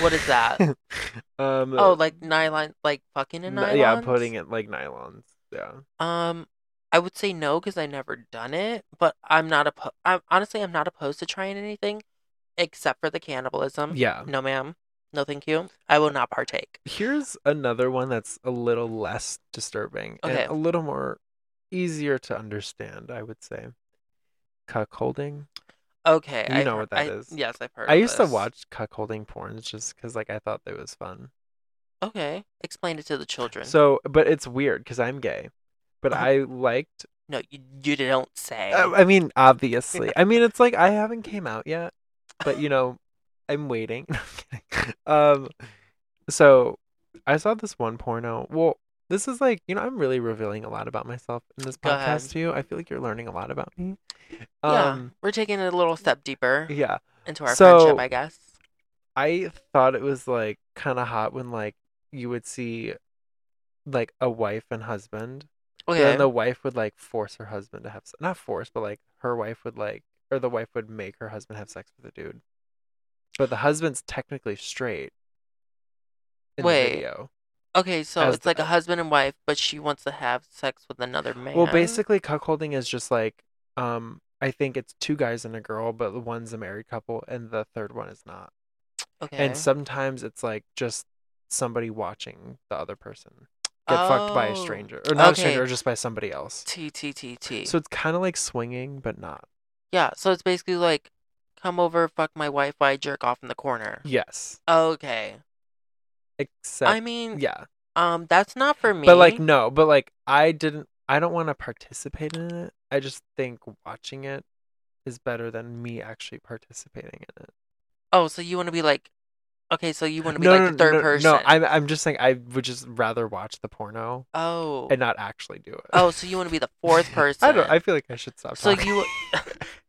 [SPEAKER 1] What is that?
[SPEAKER 2] um.
[SPEAKER 1] oh, like nylon, like fucking in nylon.
[SPEAKER 2] Yeah, putting it like nylons. Yeah.
[SPEAKER 1] Um, I would say no because I never done it, but I'm not opposed. I'm honestly I'm not opposed to trying anything, except for the cannibalism.
[SPEAKER 2] Yeah.
[SPEAKER 1] No, ma'am. No, thank you. I will not partake.
[SPEAKER 2] Here's another one that's a little less disturbing
[SPEAKER 1] Okay.
[SPEAKER 2] and a little more easier to understand, I would say. Cuckolding.
[SPEAKER 1] Okay.
[SPEAKER 2] You
[SPEAKER 1] I've
[SPEAKER 2] know
[SPEAKER 1] heard-
[SPEAKER 2] what that
[SPEAKER 1] I-
[SPEAKER 2] is.
[SPEAKER 1] Yes, I've heard.
[SPEAKER 2] I
[SPEAKER 1] of
[SPEAKER 2] used to
[SPEAKER 1] this.
[SPEAKER 2] watch cuckolding porns just because, like, I thought that was fun.
[SPEAKER 1] Okay, explain it to the children.
[SPEAKER 2] So, but it's weird because I'm gay, but
[SPEAKER 1] Uh-huh.
[SPEAKER 2] I liked.
[SPEAKER 1] no, you, you don't say.
[SPEAKER 2] Uh, I, I mean, obviously, I mean, it's like I haven't came out yet, but you know, I'm waiting. No, I'm kidding. Um, so I saw this one porno. Well, this is like, you know, I'm really revealing a lot about myself in this
[SPEAKER 1] Go ahead.
[SPEAKER 2] podcast to you. I feel like you're learning a lot about me.
[SPEAKER 1] yeah,
[SPEAKER 2] Um,
[SPEAKER 1] we're taking it a little step deeper
[SPEAKER 2] yeah.
[SPEAKER 1] into our
[SPEAKER 2] so-
[SPEAKER 1] friendship, I guess.
[SPEAKER 2] I thought it was like kind of hot when like you would see like a wife and husband, and
[SPEAKER 1] Okay.
[SPEAKER 2] then the wife would like force her husband to have se- not force, but like her wife would like or the wife would make her husband have sex with a dude. But the husband's technically straight in the
[SPEAKER 1] Wait.
[SPEAKER 2] video.
[SPEAKER 1] okay, so
[SPEAKER 2] as
[SPEAKER 1] it's like
[SPEAKER 2] the-
[SPEAKER 1] a husband and wife, but she wants to have sex with another man.
[SPEAKER 2] Well, basically, cuckolding is just like um, I think it's two guys and a girl, but one's a married couple and the third one is not.
[SPEAKER 1] Okay.
[SPEAKER 2] And sometimes it's like just somebody watching the other person get fucked by a
[SPEAKER 1] Oh,
[SPEAKER 2] stranger, or not a
[SPEAKER 1] okay.
[SPEAKER 2] stranger, or just by somebody else.
[SPEAKER 1] T T T T.
[SPEAKER 2] So it's kind of like swinging, but not.
[SPEAKER 1] yeah, so it's basically like, come over, fuck my wife, while I jerk off in the corner.
[SPEAKER 2] Yes,
[SPEAKER 1] Okay.
[SPEAKER 2] except
[SPEAKER 1] I mean,
[SPEAKER 2] yeah,
[SPEAKER 1] um, that's not for me.
[SPEAKER 2] but like no, but like I didn't. I don't want to participate in it. I just think watching it is better than me actually participating in it.
[SPEAKER 1] oh, so you want to be like, okay, so you want to be
[SPEAKER 2] no,
[SPEAKER 1] like
[SPEAKER 2] no,
[SPEAKER 1] the third
[SPEAKER 2] no, no,
[SPEAKER 1] person.
[SPEAKER 2] No, I'm I'm just saying I would just rather watch the porno
[SPEAKER 1] oh.
[SPEAKER 2] and not actually do it.
[SPEAKER 1] oh, so you want to be the fourth person.
[SPEAKER 2] I don't. I feel like I should stop.
[SPEAKER 1] So
[SPEAKER 2] talking.
[SPEAKER 1] you-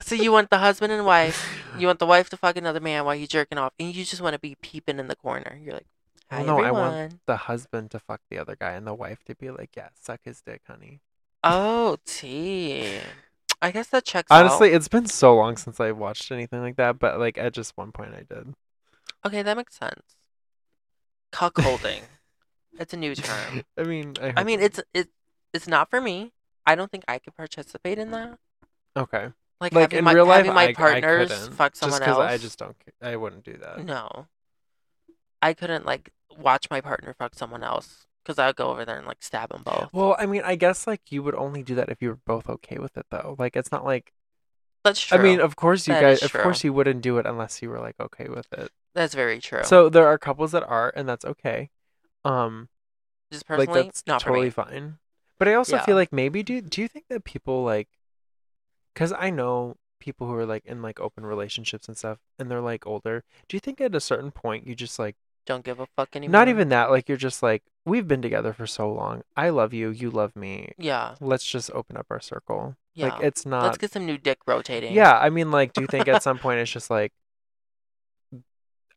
[SPEAKER 1] So you want the husband and wife. You want the wife to fuck another man while he's jerking off, and you just want to be peeping in the corner. You're like, hi
[SPEAKER 2] Well, no, I
[SPEAKER 1] everyone.
[SPEAKER 2] want- the husband to fuck the other guy and the wife to be like, yeah, suck his dick, honey.
[SPEAKER 1] Oh, T. I guess that checks
[SPEAKER 2] Honestly,
[SPEAKER 1] out.
[SPEAKER 2] it's been so long since I watched anything like that, but like at just one point I did.
[SPEAKER 1] Okay, that makes sense. Cuckolding. it's a new term.
[SPEAKER 2] I mean, I,
[SPEAKER 1] I mean,
[SPEAKER 2] heard-
[SPEAKER 1] it's it, it's not for me. I don't think I could participate in that.
[SPEAKER 2] okay.
[SPEAKER 1] Like,
[SPEAKER 2] Like
[SPEAKER 1] having
[SPEAKER 2] in
[SPEAKER 1] my,
[SPEAKER 2] real life,
[SPEAKER 1] having my
[SPEAKER 2] I, I
[SPEAKER 1] partners
[SPEAKER 2] couldn't,
[SPEAKER 1] fuck
[SPEAKER 2] just
[SPEAKER 1] someone
[SPEAKER 2] 'cause
[SPEAKER 1] else.
[SPEAKER 2] I just uh, don't. ca- I wouldn't do that.
[SPEAKER 1] No. I couldn't like watch my partner fuck someone else because I would go over there and like stab them both.
[SPEAKER 2] Well, I mean, I guess like you would only do that if you were both okay with it, though. Like it's not like
[SPEAKER 1] That's true.
[SPEAKER 2] I mean, of course you
[SPEAKER 1] That
[SPEAKER 2] guys,
[SPEAKER 1] is
[SPEAKER 2] of course you wouldn't do it unless you were like okay with it.
[SPEAKER 1] that's very true.
[SPEAKER 2] So there are couples that are, and that's okay. Um,
[SPEAKER 1] just personally,
[SPEAKER 2] like that's
[SPEAKER 1] not
[SPEAKER 2] totally
[SPEAKER 1] for me.
[SPEAKER 2] fine. But I also
[SPEAKER 1] Yeah.
[SPEAKER 2] feel like maybe do do you think that people like because I know people who are like in like open relationships and stuff, and they're like older. Do you think at a certain point you just like
[SPEAKER 1] Don't give a fuck anymore.
[SPEAKER 2] not even that like you're just like we've been together for so long. I love you. You love me.
[SPEAKER 1] Yeah.
[SPEAKER 2] Let's just open up our circle.
[SPEAKER 1] Yeah.
[SPEAKER 2] Like it's not.
[SPEAKER 1] Let's get some new dick rotating.
[SPEAKER 2] Yeah, I mean, like, do you think at some point it's just like,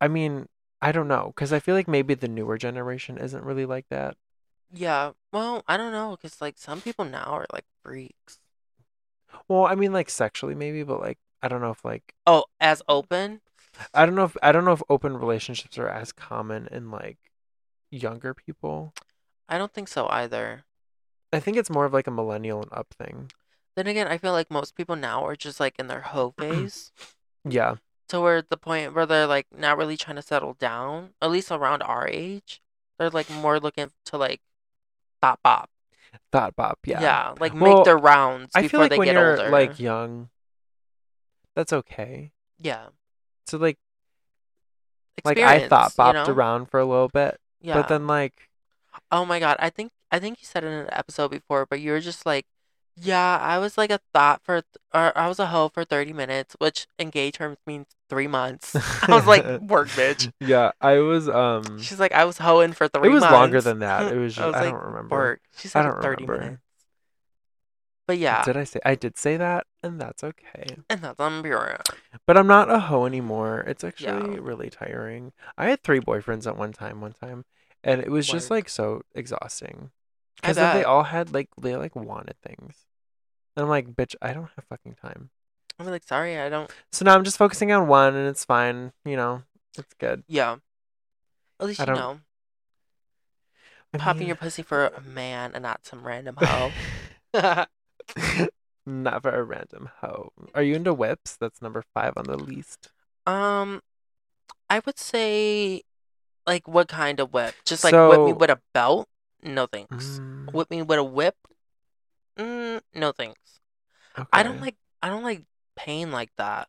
[SPEAKER 2] I mean, I don't know, because I feel like maybe the newer generation isn't really like that.
[SPEAKER 1] Yeah. Well, I don't know, cause like some people now are like freaks.
[SPEAKER 2] Well, I mean, like sexually maybe, but like, I don't know if like,
[SPEAKER 1] Oh, as open?
[SPEAKER 2] I don't know if I don't know if open relationships are as common in like younger people.
[SPEAKER 1] I don't think so either.
[SPEAKER 2] I think it's more of like a millennial and up thing.
[SPEAKER 1] Then again, I feel like most people now are just like in their hoe phase.
[SPEAKER 2] Yeah,
[SPEAKER 1] So we're at the point where they're like not really trying to settle down, at least around our age. They're like more looking to like bop bop.
[SPEAKER 2] thought bop. Yeah,
[SPEAKER 1] like
[SPEAKER 2] Well,
[SPEAKER 1] make their rounds
[SPEAKER 2] I
[SPEAKER 1] before
[SPEAKER 2] feel like
[SPEAKER 1] they
[SPEAKER 2] when
[SPEAKER 1] get
[SPEAKER 2] you're
[SPEAKER 1] older.
[SPEAKER 2] like young, that's okay.
[SPEAKER 1] yeah.
[SPEAKER 2] So like, like
[SPEAKER 1] Experience,
[SPEAKER 2] I thought
[SPEAKER 1] you
[SPEAKER 2] bopped
[SPEAKER 1] know?
[SPEAKER 2] around for a little bit,
[SPEAKER 1] Yeah.
[SPEAKER 2] but then like.
[SPEAKER 1] oh my god, I think I think you said it in an episode before, but you were just like, yeah, I was like a thought for th- or I was a hoe for 30 minutes, which in gay terms means 3 months. I was like, work bitch.
[SPEAKER 2] Yeah, I was um
[SPEAKER 1] She's like, I was hoeing for 3
[SPEAKER 2] it was
[SPEAKER 1] months.
[SPEAKER 2] longer than that. It was
[SPEAKER 1] I
[SPEAKER 2] just, I,
[SPEAKER 1] was like,
[SPEAKER 2] don't remember.
[SPEAKER 1] Work. She
[SPEAKER 2] I
[SPEAKER 1] said
[SPEAKER 2] don't
[SPEAKER 1] 30
[SPEAKER 2] remember.
[SPEAKER 1] minutes. But yeah,
[SPEAKER 2] Did I say I did say that and that's okay.
[SPEAKER 1] and that's on Bureau.
[SPEAKER 2] But I'm not a hoe anymore. It's actually really tiring. I had three boyfriends at one time one time and it was just
[SPEAKER 1] Work.
[SPEAKER 2] like so exhausting.
[SPEAKER 1] I
[SPEAKER 2] Cuz then they
[SPEAKER 1] bet.
[SPEAKER 2] all had like they like wanted things. And I'm like, bitch, I don't have fucking time.
[SPEAKER 1] I'm like, sorry, I don't.
[SPEAKER 2] So now I'm just focusing on one and it's fine, you know. It's good.
[SPEAKER 1] Yeah. At least
[SPEAKER 2] I
[SPEAKER 1] you
[SPEAKER 2] don't-
[SPEAKER 1] know,
[SPEAKER 2] I
[SPEAKER 1] popping
[SPEAKER 2] mean-
[SPEAKER 1] your pussy for a man and not some random hoe. I
[SPEAKER 2] Not for a random hoe. Are you into whips? That's number five on the list.
[SPEAKER 1] Um, I would say, like, what kind of whip? Just like whip me
[SPEAKER 2] So-
[SPEAKER 1] with a belt? No thanks.
[SPEAKER 2] Mm,
[SPEAKER 1] Whip me with a whip? Mm, no thanks. I don't
[SPEAKER 2] okay,
[SPEAKER 1] like I don't like pain like that,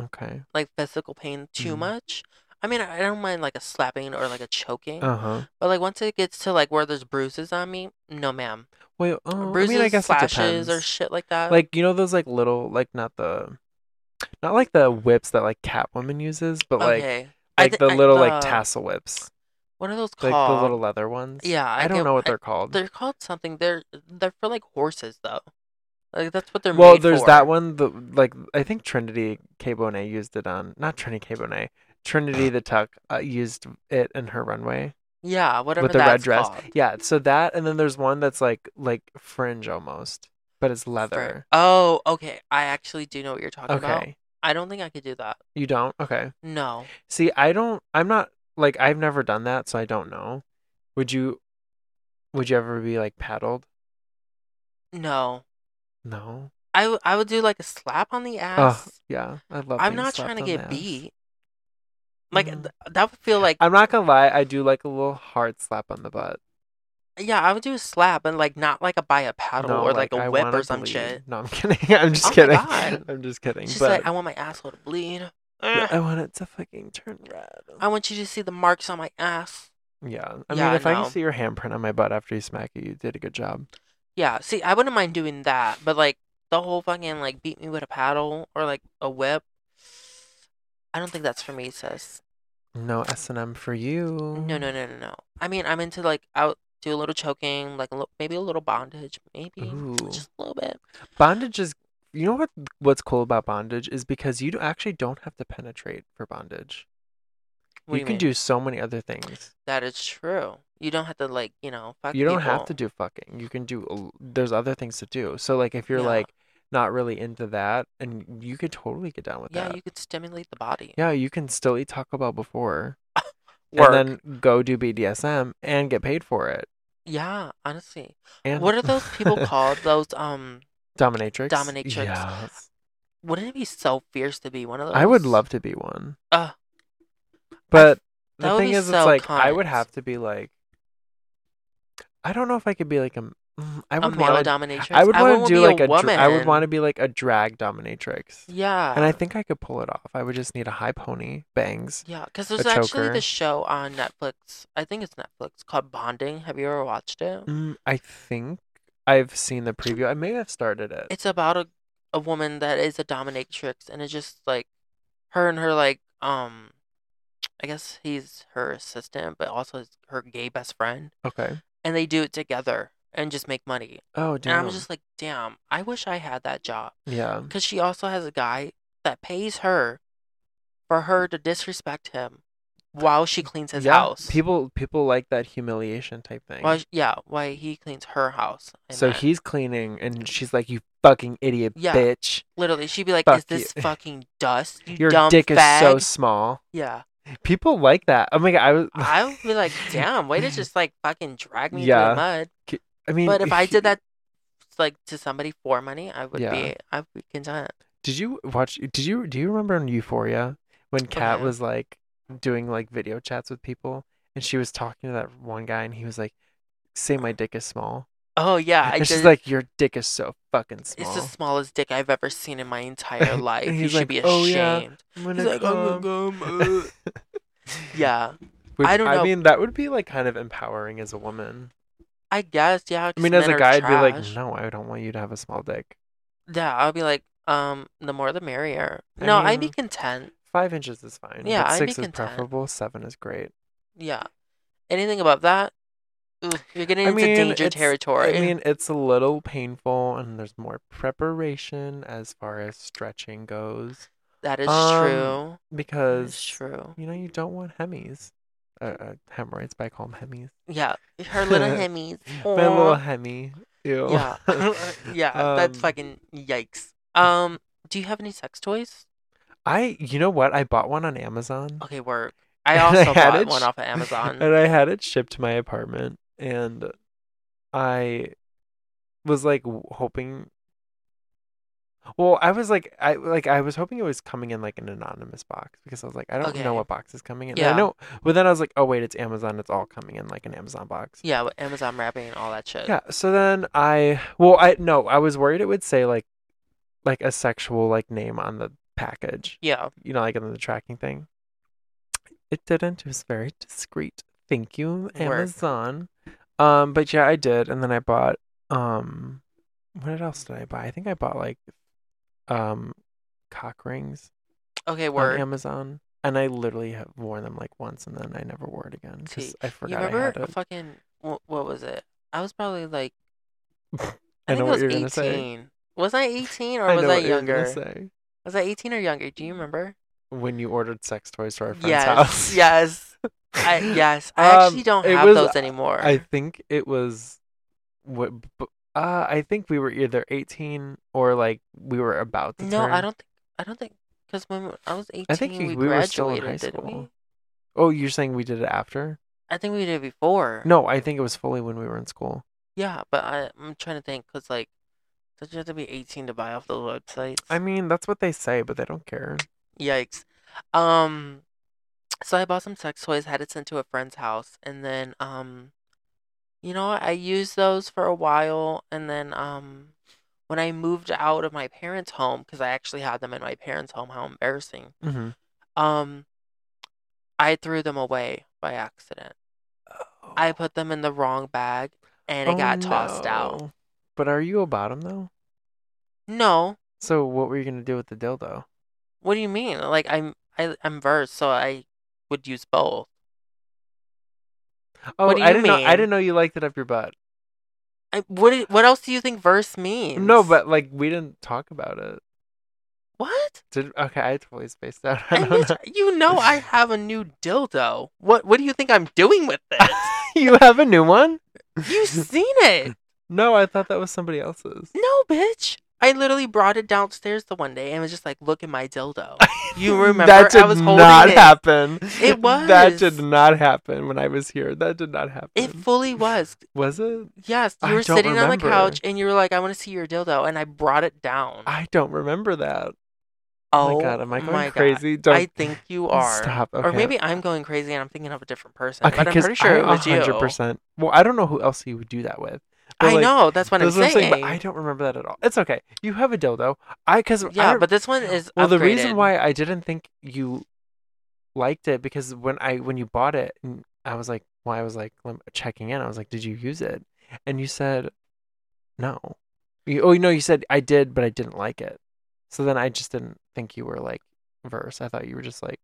[SPEAKER 2] Okay.
[SPEAKER 1] like physical pain too
[SPEAKER 2] Mm.
[SPEAKER 1] much. I mean, I I don't mind like a slapping or like a choking,
[SPEAKER 2] Uh huh.
[SPEAKER 1] but like once it gets to like where there's bruises on me, no, ma'am.
[SPEAKER 2] Wait. Oh, I
[SPEAKER 1] Bruises,
[SPEAKER 2] mean, I guess it
[SPEAKER 1] slashes,
[SPEAKER 2] depends.
[SPEAKER 1] or shit like that.
[SPEAKER 2] like you know those like little like not the, not like the whips that like Catwoman uses, but like
[SPEAKER 1] okay, I
[SPEAKER 2] like
[SPEAKER 1] thi-
[SPEAKER 2] the
[SPEAKER 1] I-
[SPEAKER 2] little like
[SPEAKER 1] the-
[SPEAKER 2] tassel whips,
[SPEAKER 1] what are those
[SPEAKER 2] like
[SPEAKER 1] called?
[SPEAKER 2] the little leather ones.
[SPEAKER 1] Yeah, I,
[SPEAKER 2] I, don't
[SPEAKER 1] get-
[SPEAKER 2] know what
[SPEAKER 1] I-
[SPEAKER 2] they're called.
[SPEAKER 1] They're called something. They're they're for like horses though. Like that's what they're
[SPEAKER 2] Well,
[SPEAKER 1] made
[SPEAKER 2] there's that
[SPEAKER 1] for.
[SPEAKER 2] one. The like I think Trinity K Bonet used it on not Trinity K Bonet. Trinity the Tuck uh, used it in her runway
[SPEAKER 1] Yeah, whatever
[SPEAKER 2] with the red
[SPEAKER 1] that's
[SPEAKER 2] dress.
[SPEAKER 1] called.
[SPEAKER 2] Yeah, so that and then there's one that's like like fringe almost, but it's
[SPEAKER 1] For-
[SPEAKER 2] leather.
[SPEAKER 1] oh, okay. I actually do know what you're talking about.
[SPEAKER 2] Okay,
[SPEAKER 1] I don't think I could do that.
[SPEAKER 2] you don't. Okay,
[SPEAKER 1] No.
[SPEAKER 2] see, I don't. I'm not like I've never done that, so I don't know. Would you? Would you ever be like paddled?
[SPEAKER 1] No.
[SPEAKER 2] No.
[SPEAKER 1] I, w- I would do like a slap on the
[SPEAKER 2] Oh,
[SPEAKER 1] ass.
[SPEAKER 2] yeah. I love.
[SPEAKER 1] I'm
[SPEAKER 2] being
[SPEAKER 1] not
[SPEAKER 2] slapped
[SPEAKER 1] trying to
[SPEAKER 2] on the
[SPEAKER 1] get
[SPEAKER 2] ass.
[SPEAKER 1] beat. Like
[SPEAKER 2] Mm.
[SPEAKER 1] th- that would feel like
[SPEAKER 2] I'm not gonna lie. I do like a little hard slap on the butt.
[SPEAKER 1] yeah, I would do a slap and like not like a by a paddle
[SPEAKER 2] No,
[SPEAKER 1] or like,
[SPEAKER 2] I
[SPEAKER 1] a whip
[SPEAKER 2] wanna
[SPEAKER 1] or some
[SPEAKER 2] bleed.
[SPEAKER 1] shit.
[SPEAKER 2] No, I'm kidding. I'm just
[SPEAKER 1] Oh my
[SPEAKER 2] kidding.
[SPEAKER 1] God.
[SPEAKER 2] I'm just kidding.
[SPEAKER 1] She's
[SPEAKER 2] but
[SPEAKER 1] like, I want my asshole to bleed.
[SPEAKER 2] yeah,
[SPEAKER 1] Ugh.
[SPEAKER 2] I want it to fucking turn red.
[SPEAKER 1] I want you to see the marks on my ass.
[SPEAKER 2] yeah. I
[SPEAKER 1] Yeah,
[SPEAKER 2] mean,
[SPEAKER 1] I
[SPEAKER 2] if I
[SPEAKER 1] know.
[SPEAKER 2] can see your handprint on my butt after you smack it, you did a good job.
[SPEAKER 1] Yeah, see, I wouldn't mind doing that, but like the whole fucking like beat me with a paddle or like a whip, I don't think that's for me, sis.
[SPEAKER 2] No S and M for you.
[SPEAKER 1] No, no, no, no, no. I mean, I'm into like out do a little choking, like a little, maybe a little bondage, maybe
[SPEAKER 2] Ooh.
[SPEAKER 1] just a little bit.
[SPEAKER 2] Bondage is. You know what? What's cool about bondage is because you do, actually don't have to penetrate for bondage.
[SPEAKER 1] What
[SPEAKER 2] you can
[SPEAKER 1] mean?
[SPEAKER 2] do so many other things.
[SPEAKER 1] that is true. You don't have to like you know fuck
[SPEAKER 2] you don't have to
[SPEAKER 1] people.
[SPEAKER 2] do fucking you can do a- there's other things to do so like if you're
[SPEAKER 1] Yeah.
[SPEAKER 2] like not really into that and you could totally get down with
[SPEAKER 1] Yeah,
[SPEAKER 2] that
[SPEAKER 1] you could stimulate the body.
[SPEAKER 2] yeah you can still eat taco bell before
[SPEAKER 1] Work.
[SPEAKER 2] and then go do bdsm and get paid for it
[SPEAKER 1] yeah, honestly,
[SPEAKER 2] and
[SPEAKER 1] what are those people called? Those um,
[SPEAKER 2] dominatrix
[SPEAKER 1] Dominatrix.
[SPEAKER 2] yes.
[SPEAKER 1] wouldn't it be so fierce to be one of those?
[SPEAKER 2] i would love to be one
[SPEAKER 1] Ugh.
[SPEAKER 2] but
[SPEAKER 1] that
[SPEAKER 2] the
[SPEAKER 1] would
[SPEAKER 2] thing
[SPEAKER 1] be
[SPEAKER 2] is it's
[SPEAKER 1] so
[SPEAKER 2] like i would
[SPEAKER 1] cunt.
[SPEAKER 2] have to be like i don't know if i could be like a mm, i
[SPEAKER 1] a
[SPEAKER 2] would
[SPEAKER 1] male
[SPEAKER 2] want to
[SPEAKER 1] domination. dominatrix.
[SPEAKER 2] i would
[SPEAKER 1] want
[SPEAKER 2] want to do like a
[SPEAKER 1] woman.
[SPEAKER 2] dra- i would want to be like a drag dominatrix
[SPEAKER 1] Yeah.
[SPEAKER 2] And I think I could pull it off. I would just need a high pony, bangs.
[SPEAKER 1] yeah, because there's
[SPEAKER 2] a
[SPEAKER 1] actually
[SPEAKER 2] choker.
[SPEAKER 1] this show on Netflix. I think it's Netflix called Bonding. Have you ever watched it?
[SPEAKER 2] Mm, I think I've seen the preview. I may have started it.
[SPEAKER 1] It's about a a woman that is a dominatrix and it's just like her and her like um I guess he's her assistant but also his, her gay best friend
[SPEAKER 2] Okay.
[SPEAKER 1] and they do it together and just make money.
[SPEAKER 2] Oh, damn.
[SPEAKER 1] And I'm just like, "Damn, I wish I had that job."
[SPEAKER 2] yeah.
[SPEAKER 1] Cuz she also has a guy that pays her for her to disrespect him while she cleans his
[SPEAKER 2] yeah.
[SPEAKER 1] house.
[SPEAKER 2] People people like that humiliation type thing.
[SPEAKER 1] While, yeah, why he cleans her house. and
[SPEAKER 2] so
[SPEAKER 1] that.
[SPEAKER 2] he's cleaning and she's like, You fucking idiot
[SPEAKER 1] Yeah.
[SPEAKER 2] bitch.
[SPEAKER 1] literally she'd be like,
[SPEAKER 2] Fuck
[SPEAKER 1] "Is this
[SPEAKER 2] you."
[SPEAKER 1] fucking dust? You
[SPEAKER 2] Your
[SPEAKER 1] dumb
[SPEAKER 2] dick
[SPEAKER 1] fag."
[SPEAKER 2] is so small.
[SPEAKER 1] yeah,
[SPEAKER 2] People like that. Oh my god, I was
[SPEAKER 1] I would be like, "Damn, way to just like fucking drag me through
[SPEAKER 2] Yeah.
[SPEAKER 1] the mud."
[SPEAKER 2] I mean
[SPEAKER 1] But if I
[SPEAKER 2] he-
[SPEAKER 1] did that, like to somebody for money, I would
[SPEAKER 2] Yeah.
[SPEAKER 1] be, I would be content.
[SPEAKER 2] Did you watch did you do you remember on Euphoria when Kat
[SPEAKER 1] yeah.
[SPEAKER 2] was like doing like video chats with people and she was talking to that one guy and he was like, Say my dick is small.
[SPEAKER 1] Oh yeah, I
[SPEAKER 2] and she's
[SPEAKER 1] did.
[SPEAKER 2] like, Your dick is so fucking small.
[SPEAKER 1] it's the smallest dick I've ever seen in my entire
[SPEAKER 2] And
[SPEAKER 1] life. You
[SPEAKER 2] he's
[SPEAKER 1] should
[SPEAKER 2] like,
[SPEAKER 1] be
[SPEAKER 2] "Oh, yeah,
[SPEAKER 1] ashamed.
[SPEAKER 2] I'm gonna
[SPEAKER 1] He's like, "I'm gonna come, uh." yeah,
[SPEAKER 2] Which,
[SPEAKER 1] I don't know.
[SPEAKER 2] mean, that would be like kind of empowering as a woman.
[SPEAKER 1] I guess. Yeah.
[SPEAKER 2] I mean, as a guy, I'd be like, no, I don't want you to have a small dick.
[SPEAKER 1] Yeah, I'll be like, um, the more the merrier. no, I'd be
[SPEAKER 2] mean-
[SPEAKER 1] content.
[SPEAKER 2] Five inches is fine.
[SPEAKER 1] Yeah,
[SPEAKER 2] but
[SPEAKER 1] I'd be
[SPEAKER 2] six is
[SPEAKER 1] content.
[SPEAKER 2] preferable. Seven is great.
[SPEAKER 1] Yeah. Anything above that, ooh, you're getting
[SPEAKER 2] I
[SPEAKER 1] into
[SPEAKER 2] mean,
[SPEAKER 1] danger
[SPEAKER 2] it's-
[SPEAKER 1] territory.
[SPEAKER 2] I mean, it's a little painful, and there's more preparation as far as stretching goes
[SPEAKER 1] that is
[SPEAKER 2] um,
[SPEAKER 1] true. That
[SPEAKER 2] because
[SPEAKER 1] is true.
[SPEAKER 2] you know you don't want hemis, uh, uh, hemorrhoids. But I call them hemis.
[SPEAKER 1] Yeah, her little hemis.
[SPEAKER 2] My little
[SPEAKER 1] Aw.
[SPEAKER 2] hemi. Ew.
[SPEAKER 1] Yeah, yeah, that's
[SPEAKER 2] Um,
[SPEAKER 1] fucking yikes. Um, do you have any sex toys?
[SPEAKER 2] I. You know what? I bought one on Amazon.
[SPEAKER 1] Okay, work. I
[SPEAKER 2] And
[SPEAKER 1] also
[SPEAKER 2] had
[SPEAKER 1] bought
[SPEAKER 2] it
[SPEAKER 1] one
[SPEAKER 2] sh-
[SPEAKER 1] off of Amazon.
[SPEAKER 2] And I had it shipped to my apartment and I was like w- hoping Well, I was like I like I was hoping it was coming in like an anonymous box because I was like I don't
[SPEAKER 1] Okay.
[SPEAKER 2] know what box is coming in.
[SPEAKER 1] Yeah.
[SPEAKER 2] I know but then I was like oh wait, it's Amazon, it's all coming in like an Amazon box.
[SPEAKER 1] Yeah, with Amazon wrapping and all that shit.
[SPEAKER 2] Yeah, so then I well I no, I was worried it would say like like a sexual like name on the package
[SPEAKER 1] Yeah.
[SPEAKER 2] you know, like in the tracking thing. It didn't. It was very discreet. Thank you, Amazon. Um, but yeah, I did, and then I bought um, what else did I buy? I think I bought like um, cock rings
[SPEAKER 1] Okay,
[SPEAKER 2] on
[SPEAKER 1] work.
[SPEAKER 2] Amazon, and I literally have worn them like once, and then I never wore it again because
[SPEAKER 1] See,
[SPEAKER 2] I
[SPEAKER 1] You
[SPEAKER 2] forgot I
[SPEAKER 1] remember
[SPEAKER 2] had it.
[SPEAKER 1] fucking what, what was it? I was probably like I
[SPEAKER 2] I know
[SPEAKER 1] think I
[SPEAKER 2] what
[SPEAKER 1] was
[SPEAKER 2] you're gonna say.
[SPEAKER 1] 18. Was I 18 or
[SPEAKER 2] I
[SPEAKER 1] was
[SPEAKER 2] know
[SPEAKER 1] I
[SPEAKER 2] what you're gonna
[SPEAKER 1] younger?
[SPEAKER 2] say.
[SPEAKER 1] Was I 18 or younger? Do you remember?
[SPEAKER 2] When you ordered sex toys to our friend's
[SPEAKER 1] yes.
[SPEAKER 2] house.
[SPEAKER 1] Yes. I, yes. I
[SPEAKER 2] Um,
[SPEAKER 1] actually don't
[SPEAKER 2] it
[SPEAKER 1] have
[SPEAKER 2] was-
[SPEAKER 1] those anymore.
[SPEAKER 2] I think it was what uh, I think we were either 18 or like we were about to
[SPEAKER 1] no, I
[SPEAKER 2] turn-
[SPEAKER 1] don't think. I don't think. Because when I was 18,
[SPEAKER 2] I think
[SPEAKER 1] we,
[SPEAKER 2] you- we were
[SPEAKER 1] graduated,
[SPEAKER 2] still in high
[SPEAKER 1] didn't we?
[SPEAKER 2] school. Oh, you're saying we did it after?
[SPEAKER 1] I think we did it before.
[SPEAKER 2] No, I think it was fully when we were in school.
[SPEAKER 1] Yeah, but I, I'm trying to think. Because, like, did you have to be 18 to buy off those websites?
[SPEAKER 2] I mean, that's what they say, but they don't care.
[SPEAKER 1] Yikes. Um, so I bought some sex toys, had it sent to a friend's house, and then um, you know, I used those for a while, and then um, when I moved out of my parents' home, because I actually had them in my parents' home, how embarrassing.
[SPEAKER 2] hmm
[SPEAKER 1] Um, I threw them away by accident. Oh. I put them in the wrong bag, and it got tossed out.
[SPEAKER 2] Oh, But are you a bottom though?
[SPEAKER 1] No,
[SPEAKER 2] So what were you gonna do with the dildo?
[SPEAKER 1] what do you mean? Like I'm, I, I'm versed, so I would use both.
[SPEAKER 2] Oh,
[SPEAKER 1] do
[SPEAKER 2] I
[SPEAKER 1] you
[SPEAKER 2] didn't know. I
[SPEAKER 1] mean?
[SPEAKER 2] didn't know you liked it up your butt.
[SPEAKER 1] I, what do- what else do you think verse means?
[SPEAKER 2] No, but like we didn't talk about it.
[SPEAKER 1] what?
[SPEAKER 2] Did okay? I totally spaced out. I
[SPEAKER 1] And
[SPEAKER 2] don't
[SPEAKER 1] bitch, you know I have a new dildo. What what do you think I'm doing with this?
[SPEAKER 2] know. you have a new one?
[SPEAKER 1] You've seen it.
[SPEAKER 2] No, I thought that was somebody else's.
[SPEAKER 1] No, bitch. I literally brought it downstairs the one day and was just like, look at my dildo. You remember
[SPEAKER 2] that did
[SPEAKER 1] I was holding
[SPEAKER 2] not
[SPEAKER 1] it.
[SPEAKER 2] happen.
[SPEAKER 1] It
[SPEAKER 2] That did
[SPEAKER 1] was.
[SPEAKER 2] not happen when I was here. That did not happen.
[SPEAKER 1] It fully was.
[SPEAKER 2] was it?
[SPEAKER 1] Yes, you
[SPEAKER 2] I
[SPEAKER 1] were
[SPEAKER 2] don't
[SPEAKER 1] sitting on the
[SPEAKER 2] remember.
[SPEAKER 1] couch and you were like, I want to see your dildo. And I brought it down.
[SPEAKER 2] I don't remember that.
[SPEAKER 1] oh
[SPEAKER 2] oh my god, am I going
[SPEAKER 1] my God.
[SPEAKER 2] crazy? Don't
[SPEAKER 1] I think you are.
[SPEAKER 2] stop. Okay.
[SPEAKER 1] Or maybe I'm going crazy and I'm thinking of a different person.
[SPEAKER 2] okay,
[SPEAKER 1] but I'm
[SPEAKER 2] 'cause
[SPEAKER 1] pretty sure
[SPEAKER 2] I
[SPEAKER 1] it was you.
[SPEAKER 2] 100%. Well, I don't know who else you would do that with. But,
[SPEAKER 1] I
[SPEAKER 2] like,
[SPEAKER 1] know. That's what I'm
[SPEAKER 2] that's what
[SPEAKER 1] saying.
[SPEAKER 2] I'm saying, but I don't remember that at all. It's okay. You have a dildo. I because
[SPEAKER 1] Yeah, but this one is
[SPEAKER 2] Well, the reason
[SPEAKER 1] upgraded.
[SPEAKER 2] why I didn't think you liked it because when I when you bought it, n- I was like, well, I was like lim- checking in. I was like, did you use it? And you said, no. You, oh, no, you said I did, but I didn't like it. So then I just didn't think you were like verse. I thought you were just like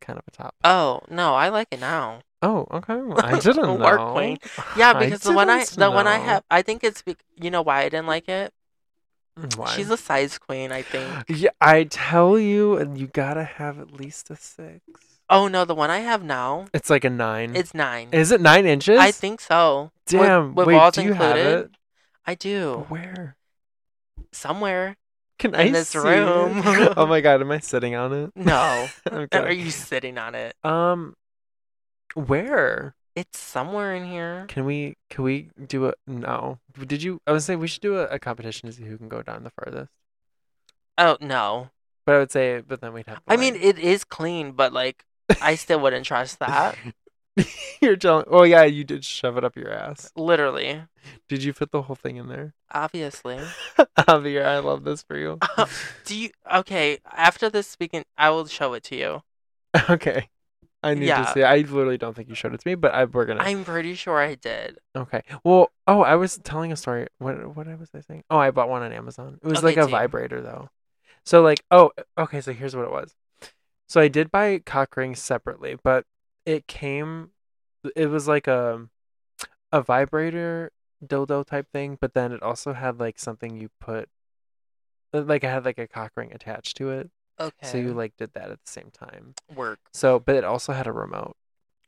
[SPEAKER 2] kind of a top.
[SPEAKER 1] Oh no, I like it now.
[SPEAKER 2] Oh, okay. Well, I didn't
[SPEAKER 1] Work,
[SPEAKER 2] know.
[SPEAKER 1] Wayne. Yeah,
[SPEAKER 2] I
[SPEAKER 1] because the one I
[SPEAKER 2] didn't
[SPEAKER 1] the one I
[SPEAKER 2] know.
[SPEAKER 1] have, I think it's bec- you know why I didn't like it.
[SPEAKER 2] Why?
[SPEAKER 1] She's a size queen, I think.
[SPEAKER 2] Yeah, I tell you, and you gotta have at least a six.
[SPEAKER 1] Oh no, the one I have now,
[SPEAKER 2] It's like a nine.
[SPEAKER 1] it's nine.
[SPEAKER 2] Is Mm. it nine inches?
[SPEAKER 1] I think so. With-
[SPEAKER 2] Damn.
[SPEAKER 1] with
[SPEAKER 2] wait,
[SPEAKER 1] walls
[SPEAKER 2] do you have
[SPEAKER 1] included?
[SPEAKER 2] it?
[SPEAKER 1] I do
[SPEAKER 2] Where?
[SPEAKER 1] somewhere.
[SPEAKER 2] Can
[SPEAKER 1] In
[SPEAKER 2] I
[SPEAKER 1] this
[SPEAKER 2] see it?
[SPEAKER 1] room.
[SPEAKER 2] oh my god, am I sitting on it?
[SPEAKER 1] No,
[SPEAKER 2] I'm
[SPEAKER 1] are
[SPEAKER 2] kidding.
[SPEAKER 1] you sitting on it?
[SPEAKER 2] Um, where
[SPEAKER 1] It's somewhere in here.
[SPEAKER 2] can we can we do a no? Did you? I would say we should do a, a competition to see who can go down the farthest.
[SPEAKER 1] Oh no,
[SPEAKER 2] But I would say, but then we'd have. To
[SPEAKER 1] I mean it is clean, but like I still wouldn't trust that.
[SPEAKER 2] you're telling. Oh yeah, you did shove it up your ass.
[SPEAKER 1] Literally,
[SPEAKER 2] Did you fit the whole thing in there?
[SPEAKER 1] obviously.
[SPEAKER 2] Javier, I love this for you.
[SPEAKER 1] Do you? Okay, after this weekend, I will show it to you.
[SPEAKER 2] okay. I need
[SPEAKER 1] Yeah.
[SPEAKER 2] to see. I literally don't think you showed it to me, but I, we're gonna.
[SPEAKER 1] I'm pretty sure I did.
[SPEAKER 2] Okay. Well, oh, I was telling a story. What what was I saying? Oh, I bought one on Amazon. It was
[SPEAKER 1] Okay,
[SPEAKER 2] like a
[SPEAKER 1] team.
[SPEAKER 2] vibrator though. So like, oh, okay, so here's what it was. So I did buy cock rings separately, but it came it was like a a vibrator dildo type thing, but then it also had like something you put uh, like I had like a cock ring attached to it.
[SPEAKER 1] Okay.
[SPEAKER 2] So you like did that at the same time.
[SPEAKER 1] work.
[SPEAKER 2] So but it also had a remote.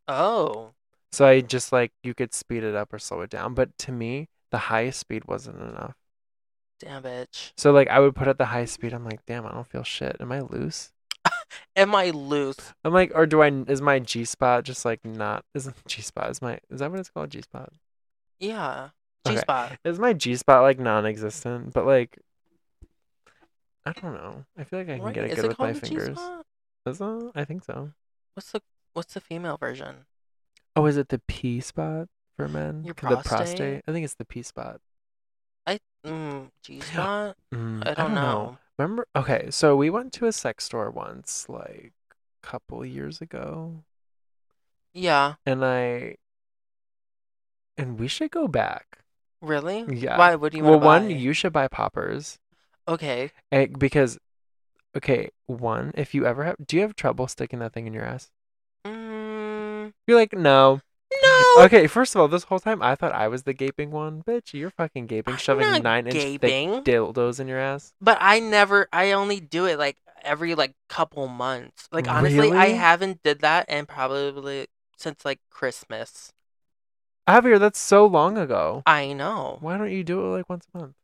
[SPEAKER 1] Oh,
[SPEAKER 2] So I just like you could speed it up or slow it down, but to me, the highest speed wasn't enough.
[SPEAKER 1] damn bitch.
[SPEAKER 2] So like I would put at the high speed, I'm like, damn, I don't feel shit. Am I loose?
[SPEAKER 1] Am I loose?
[SPEAKER 2] I'm like, or do I? Is my G spot just like not? Isn't G spot? Is my is that what it's called? G spot?
[SPEAKER 1] Yeah.
[SPEAKER 2] Okay.
[SPEAKER 1] G spot.
[SPEAKER 2] Is my G spot like non-existent? But like, I don't know. I feel like I can get it
[SPEAKER 1] Is
[SPEAKER 2] good
[SPEAKER 1] it
[SPEAKER 2] with my
[SPEAKER 1] called a
[SPEAKER 2] fingers.
[SPEAKER 1] G-spot?
[SPEAKER 2] Is it? I think so.
[SPEAKER 1] What's the What's the female version?
[SPEAKER 2] Oh, is it the P spot for men?
[SPEAKER 1] Your
[SPEAKER 2] The prostate?
[SPEAKER 1] prostate?
[SPEAKER 2] I think it's the P spot.
[SPEAKER 1] Mm, G spot.
[SPEAKER 2] Mm,
[SPEAKER 1] I don't know.
[SPEAKER 2] Remember? Okay, so we went to a sex store once, like a couple years ago,
[SPEAKER 1] Yeah.
[SPEAKER 2] and I and we should go back.
[SPEAKER 1] Really?
[SPEAKER 2] Yeah.
[SPEAKER 1] Why? What do you
[SPEAKER 2] well,
[SPEAKER 1] want
[SPEAKER 2] one,
[SPEAKER 1] buy?
[SPEAKER 2] you should buy poppers,
[SPEAKER 1] Okay.
[SPEAKER 2] Eh, because okay, one, if you ever have, do you have trouble sticking that thing in your ass?
[SPEAKER 1] Mm,
[SPEAKER 2] You're like, no.
[SPEAKER 1] no.
[SPEAKER 2] Okay, first of all, this whole time I thought I was the gaping one, bitch. You're fucking gaping,
[SPEAKER 1] I'm
[SPEAKER 2] shoving
[SPEAKER 1] not
[SPEAKER 2] nine inch thick
[SPEAKER 1] gaping.
[SPEAKER 2] dildos in your ass.
[SPEAKER 1] But I never, I only do it like every like couple months. Like honestly, I
[SPEAKER 2] Really?
[SPEAKER 1] haven't did that in probably since like Christmas.
[SPEAKER 2] Javier, that's so long ago.
[SPEAKER 1] I know.
[SPEAKER 2] Why don't you do it like once a month?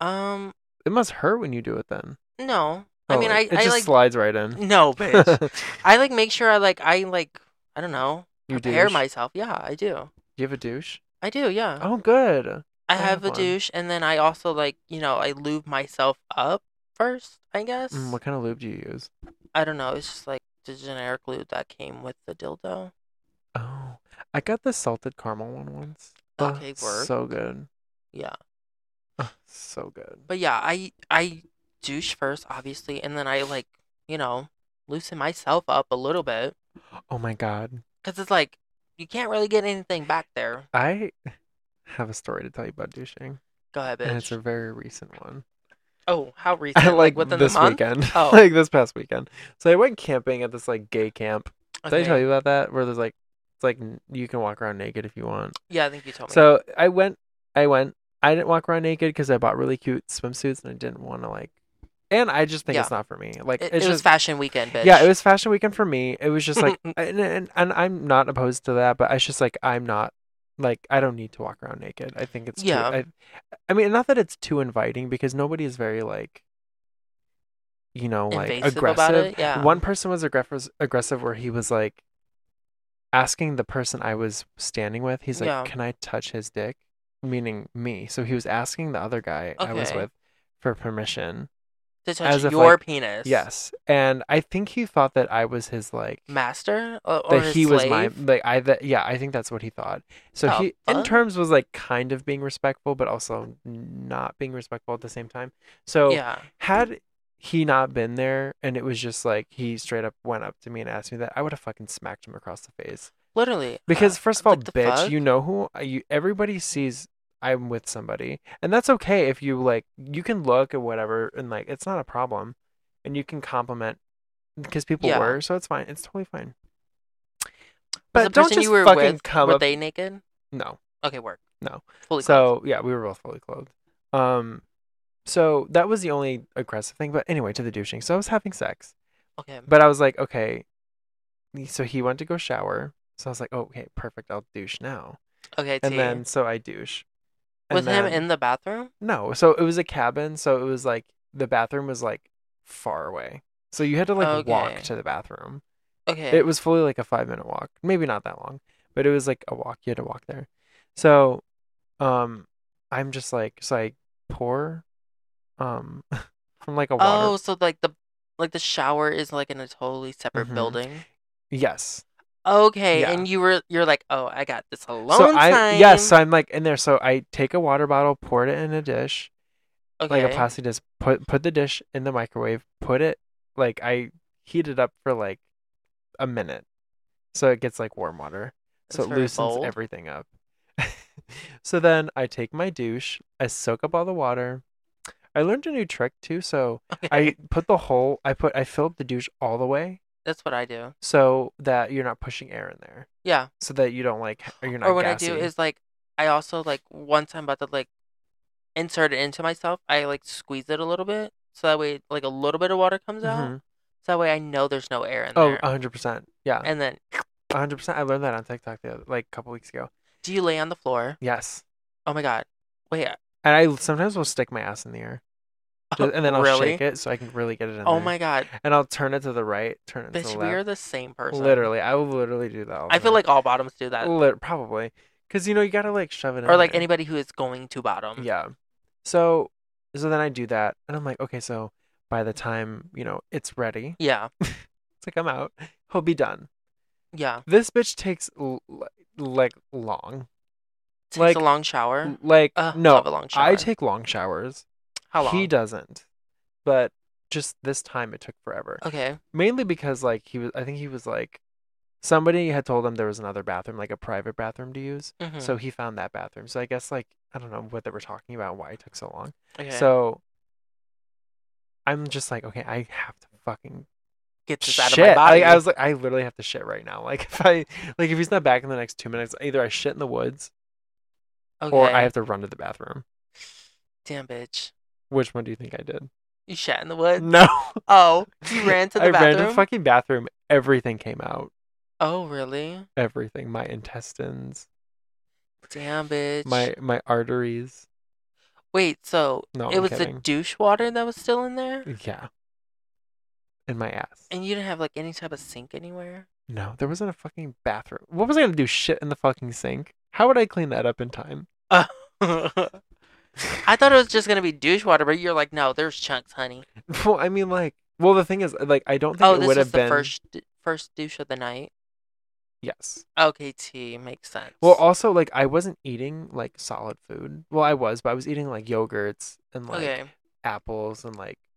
[SPEAKER 1] Um,
[SPEAKER 2] It must hurt when you do it then.
[SPEAKER 1] no. I
[SPEAKER 2] Oh,
[SPEAKER 1] mean,
[SPEAKER 2] like,
[SPEAKER 1] I,
[SPEAKER 2] it
[SPEAKER 1] I
[SPEAKER 2] just
[SPEAKER 1] like
[SPEAKER 2] slides right in.
[SPEAKER 1] no, bitch. I like make sure I like I like I don't know
[SPEAKER 2] you
[SPEAKER 1] prepare
[SPEAKER 2] douche.
[SPEAKER 1] myself. Yeah, I do.
[SPEAKER 2] You have a douche.
[SPEAKER 1] I do. Yeah,
[SPEAKER 2] Oh, good.
[SPEAKER 1] I
[SPEAKER 2] I
[SPEAKER 1] have
[SPEAKER 2] have
[SPEAKER 1] a
[SPEAKER 2] one.
[SPEAKER 1] douche, and then I also like you know I lube myself up first. I guess
[SPEAKER 2] Mm, what kind of lube do you use?
[SPEAKER 1] I don't know. It's just like the generic lube that came with the dildo.
[SPEAKER 2] Oh, I got the salted caramel one once. Ugh,
[SPEAKER 1] Okay, work.
[SPEAKER 2] So good.
[SPEAKER 1] Yeah.
[SPEAKER 2] Ugh, so good.
[SPEAKER 1] But yeah, I I douche first, obviously, and then I like you know loosen myself up a little bit
[SPEAKER 2] Oh my god,
[SPEAKER 1] because it's like you can't really get anything back there.
[SPEAKER 2] I have a story to tell you about douching,
[SPEAKER 1] Go ahead,
[SPEAKER 2] and it's
[SPEAKER 1] bitch.
[SPEAKER 2] a very recent one.
[SPEAKER 1] Oh, how recent?
[SPEAKER 2] I like
[SPEAKER 1] within
[SPEAKER 2] this
[SPEAKER 1] the month.
[SPEAKER 2] weekend,
[SPEAKER 1] Oh.
[SPEAKER 2] like this past weekend. So I went camping at this like gay camp. Did I tell
[SPEAKER 1] Okay.
[SPEAKER 2] you about that? Where there's like, it's like n- you can walk around naked if you want.
[SPEAKER 1] Yeah, I think you told me.
[SPEAKER 2] So I went, I went. I didn't walk around naked because I bought really cute swimsuits and I didn't want to like. And I just think
[SPEAKER 1] Yeah.
[SPEAKER 2] it's not for me. Like
[SPEAKER 1] it,
[SPEAKER 2] it's
[SPEAKER 1] it was
[SPEAKER 2] just
[SPEAKER 1] fashion weekend, bitch.
[SPEAKER 2] yeah, it was fashion weekend for me. It was just like, and, and and I'm not opposed to that, but it's just like I'm not like I don't need to walk around naked. I think it's too-
[SPEAKER 1] Yeah.
[SPEAKER 2] I, I mean, not that it's too inviting because nobody is very like, you know, like
[SPEAKER 1] Invasive about
[SPEAKER 2] aggressive.
[SPEAKER 1] it. Yeah.
[SPEAKER 2] One person was aggressive, aggressive where he was like asking the person I was standing with, he's like,
[SPEAKER 1] Yeah.
[SPEAKER 2] Can I touch his dick? Meaning me. So he was asking the other guy I was
[SPEAKER 1] Okay.
[SPEAKER 2] with for permission.
[SPEAKER 1] to
[SPEAKER 2] as
[SPEAKER 1] touch
[SPEAKER 2] if,
[SPEAKER 1] your
[SPEAKER 2] like-
[SPEAKER 1] penis.
[SPEAKER 2] Yes. And I think he thought that I was his like
[SPEAKER 1] Master or, or
[SPEAKER 2] that
[SPEAKER 1] his
[SPEAKER 2] he was my
[SPEAKER 1] slave?
[SPEAKER 2] like I that yeah, I think that's what he thought. So
[SPEAKER 1] Oh,
[SPEAKER 2] he in
[SPEAKER 1] fuck.
[SPEAKER 2] terms was like kind of being respectful but also not being respectful at the same time. So
[SPEAKER 1] Yeah.
[SPEAKER 2] had he not been there and it was just like he straight up went up to me and asked me that, I would have fucking smacked him across the face.
[SPEAKER 1] Literally.
[SPEAKER 2] Because
[SPEAKER 1] uh,
[SPEAKER 2] first of all,
[SPEAKER 1] what the
[SPEAKER 2] bitch,
[SPEAKER 1] fuck?
[SPEAKER 2] you know who you uh, everybody sees I'm with somebody. And that's okay if you like you can look or whatever and like it's not a problem and you can compliment because people
[SPEAKER 1] Yeah.
[SPEAKER 2] were, so it's fine. It's totally fine.
[SPEAKER 1] Was
[SPEAKER 2] But don't just fucking come
[SPEAKER 1] were
[SPEAKER 2] up.
[SPEAKER 1] they naked?
[SPEAKER 2] no.
[SPEAKER 1] Okay, work.
[SPEAKER 2] No.
[SPEAKER 1] Fully
[SPEAKER 2] so yeah, we were both fully clothed. Um, so that was the only aggressive thing. But anyway, to the douching. So I was having sex,
[SPEAKER 1] clothed. Okay.
[SPEAKER 2] but I was like, okay. So he went to go shower. So I was like, oh, okay, perfect. I'll douche now.
[SPEAKER 1] Okay,
[SPEAKER 2] And
[SPEAKER 1] T.
[SPEAKER 2] then so I douche. And
[SPEAKER 1] With him
[SPEAKER 2] then-
[SPEAKER 1] in the bathroom?
[SPEAKER 2] No, so it was a cabin. So it was like the bathroom was like far away. So you had to like walk
[SPEAKER 1] Okay.
[SPEAKER 2] to the bathroom.
[SPEAKER 1] Okay.
[SPEAKER 2] It was fully like a five minute walk. Maybe not that long, but it was like a walk. You had to walk there. So um I'm just like so I pour um from like a water
[SPEAKER 1] oh, so like the like the shower is like in a totally separate
[SPEAKER 2] Mhm.
[SPEAKER 1] building.
[SPEAKER 2] Yes.
[SPEAKER 1] Okay,
[SPEAKER 2] Yeah.
[SPEAKER 1] and you were you're like, oh, I got this alone
[SPEAKER 2] so I
[SPEAKER 1] time.
[SPEAKER 2] yes, so I'm like in there. So I take a water bottle, pour it in a dish,
[SPEAKER 1] okay.
[SPEAKER 2] like a plastic dish, put put the dish in the microwave, put it like I heat it up for like a minute. So it gets like warm water. So
[SPEAKER 1] That's
[SPEAKER 2] it
[SPEAKER 1] very
[SPEAKER 2] loosens
[SPEAKER 1] bold.
[SPEAKER 2] everything up. so then I take my douche, I soak up all the water. I learned a new trick too, so I
[SPEAKER 1] Okay.
[SPEAKER 2] put the whole I put I fill up the douche all the way
[SPEAKER 1] That's what I do.
[SPEAKER 2] so that you're not pushing air in there.
[SPEAKER 1] Yeah.
[SPEAKER 2] So that you don't like or you're not
[SPEAKER 1] Or what
[SPEAKER 2] gassy.
[SPEAKER 1] I do is like I also like once I'm about to like insert it into myself, I like squeeze it a little bit so that way like a little bit of water comes out.
[SPEAKER 2] Mhm.
[SPEAKER 1] So that way I know there's no air in
[SPEAKER 2] Oh,
[SPEAKER 1] there.
[SPEAKER 2] 100%. Yeah.
[SPEAKER 1] And then
[SPEAKER 2] 100%. I learned that on TikTok the other, like a couple weeks ago.
[SPEAKER 1] do you lay on the floor?
[SPEAKER 2] Yes.
[SPEAKER 1] Oh my god. Wait.
[SPEAKER 2] And I sometimes will stick my ass in the air. Ju- and then I'll
[SPEAKER 1] Oh, really?
[SPEAKER 2] shake it so I can really get it in
[SPEAKER 1] Oh
[SPEAKER 2] there.
[SPEAKER 1] my god.
[SPEAKER 2] And I'll turn it to the right, turn it to
[SPEAKER 1] Bitch,
[SPEAKER 2] the
[SPEAKER 1] we are
[SPEAKER 2] left.
[SPEAKER 1] the same person.
[SPEAKER 2] Literally, I will literally do that. all
[SPEAKER 1] I
[SPEAKER 2] the
[SPEAKER 1] feel
[SPEAKER 2] time.
[SPEAKER 1] like all bottoms do that.
[SPEAKER 2] Lit- probably because you know you gotta like shove it in
[SPEAKER 1] Or like
[SPEAKER 2] there.
[SPEAKER 1] anybody who is going to bottom.
[SPEAKER 2] Yeah. So so then I do that and I'm like, okay, so by the time you know it's ready,
[SPEAKER 1] Yeah.
[SPEAKER 2] it's like I'm out. He'll be done.
[SPEAKER 1] Yeah.
[SPEAKER 2] This bitch takes l- l- like long,
[SPEAKER 1] Takes
[SPEAKER 2] Like,
[SPEAKER 1] a long shower.
[SPEAKER 2] like
[SPEAKER 1] Uh,
[SPEAKER 2] no,
[SPEAKER 1] love a long
[SPEAKER 2] I
[SPEAKER 1] shower.
[SPEAKER 2] take long showers.
[SPEAKER 1] How long?
[SPEAKER 2] He doesn't, but just this time it took forever.
[SPEAKER 1] okay.
[SPEAKER 2] mainly because like he was i think he was like somebody had told him there was another bathroom like a private bathroom to use
[SPEAKER 1] mhm,
[SPEAKER 2] so he found that bathroom so i guess like i don't know what they were talking about why it took so long
[SPEAKER 1] okay.
[SPEAKER 2] so i'm just like okay i have to fucking
[SPEAKER 1] get this
[SPEAKER 2] shit
[SPEAKER 1] out of my body.
[SPEAKER 2] Like, I, was like i literally have to shit right now like if i like if he's not back in the next two minutes either i shit in the woods
[SPEAKER 1] okay.
[SPEAKER 2] or i have to run to the bathroom
[SPEAKER 1] Damn bitch.
[SPEAKER 2] which one do you think i did
[SPEAKER 1] You shat in the woods.
[SPEAKER 2] no
[SPEAKER 1] Oh, Uh, you ran to the
[SPEAKER 2] Mm. i ran
[SPEAKER 1] bathroom.
[SPEAKER 2] to the fucking bathroom everything came out
[SPEAKER 1] oh, really?
[SPEAKER 2] everything my intestines
[SPEAKER 1] Damn bitch.
[SPEAKER 2] my my arteries.
[SPEAKER 1] Wait, so
[SPEAKER 2] No,
[SPEAKER 1] it
[SPEAKER 2] I'm
[SPEAKER 1] was
[SPEAKER 2] kidding.
[SPEAKER 1] the douche water that was still in there,
[SPEAKER 2] Yeah. And my ass.
[SPEAKER 1] and you didn't have like any type of sink anywhere.
[SPEAKER 2] No, there wasn't a fucking bathroom. What was I gonna do? Shit in the fucking sink? How would I clean that up in time?
[SPEAKER 1] I thought it was just gonna be douche water, but you're like, no, there's chunks, honey.
[SPEAKER 2] Well, I mean, like, well, the thing is, like, I don't think
[SPEAKER 1] Oh,
[SPEAKER 2] it
[SPEAKER 1] this
[SPEAKER 2] would
[SPEAKER 1] was
[SPEAKER 2] have
[SPEAKER 1] the
[SPEAKER 2] been.
[SPEAKER 1] first first douche of the night.
[SPEAKER 2] Yes.
[SPEAKER 1] Okay, T makes sense.
[SPEAKER 2] Well, also, like, I wasn't eating like solid food. Well, I was, but I was eating like yogurts and like
[SPEAKER 1] okay,
[SPEAKER 2] apples and like.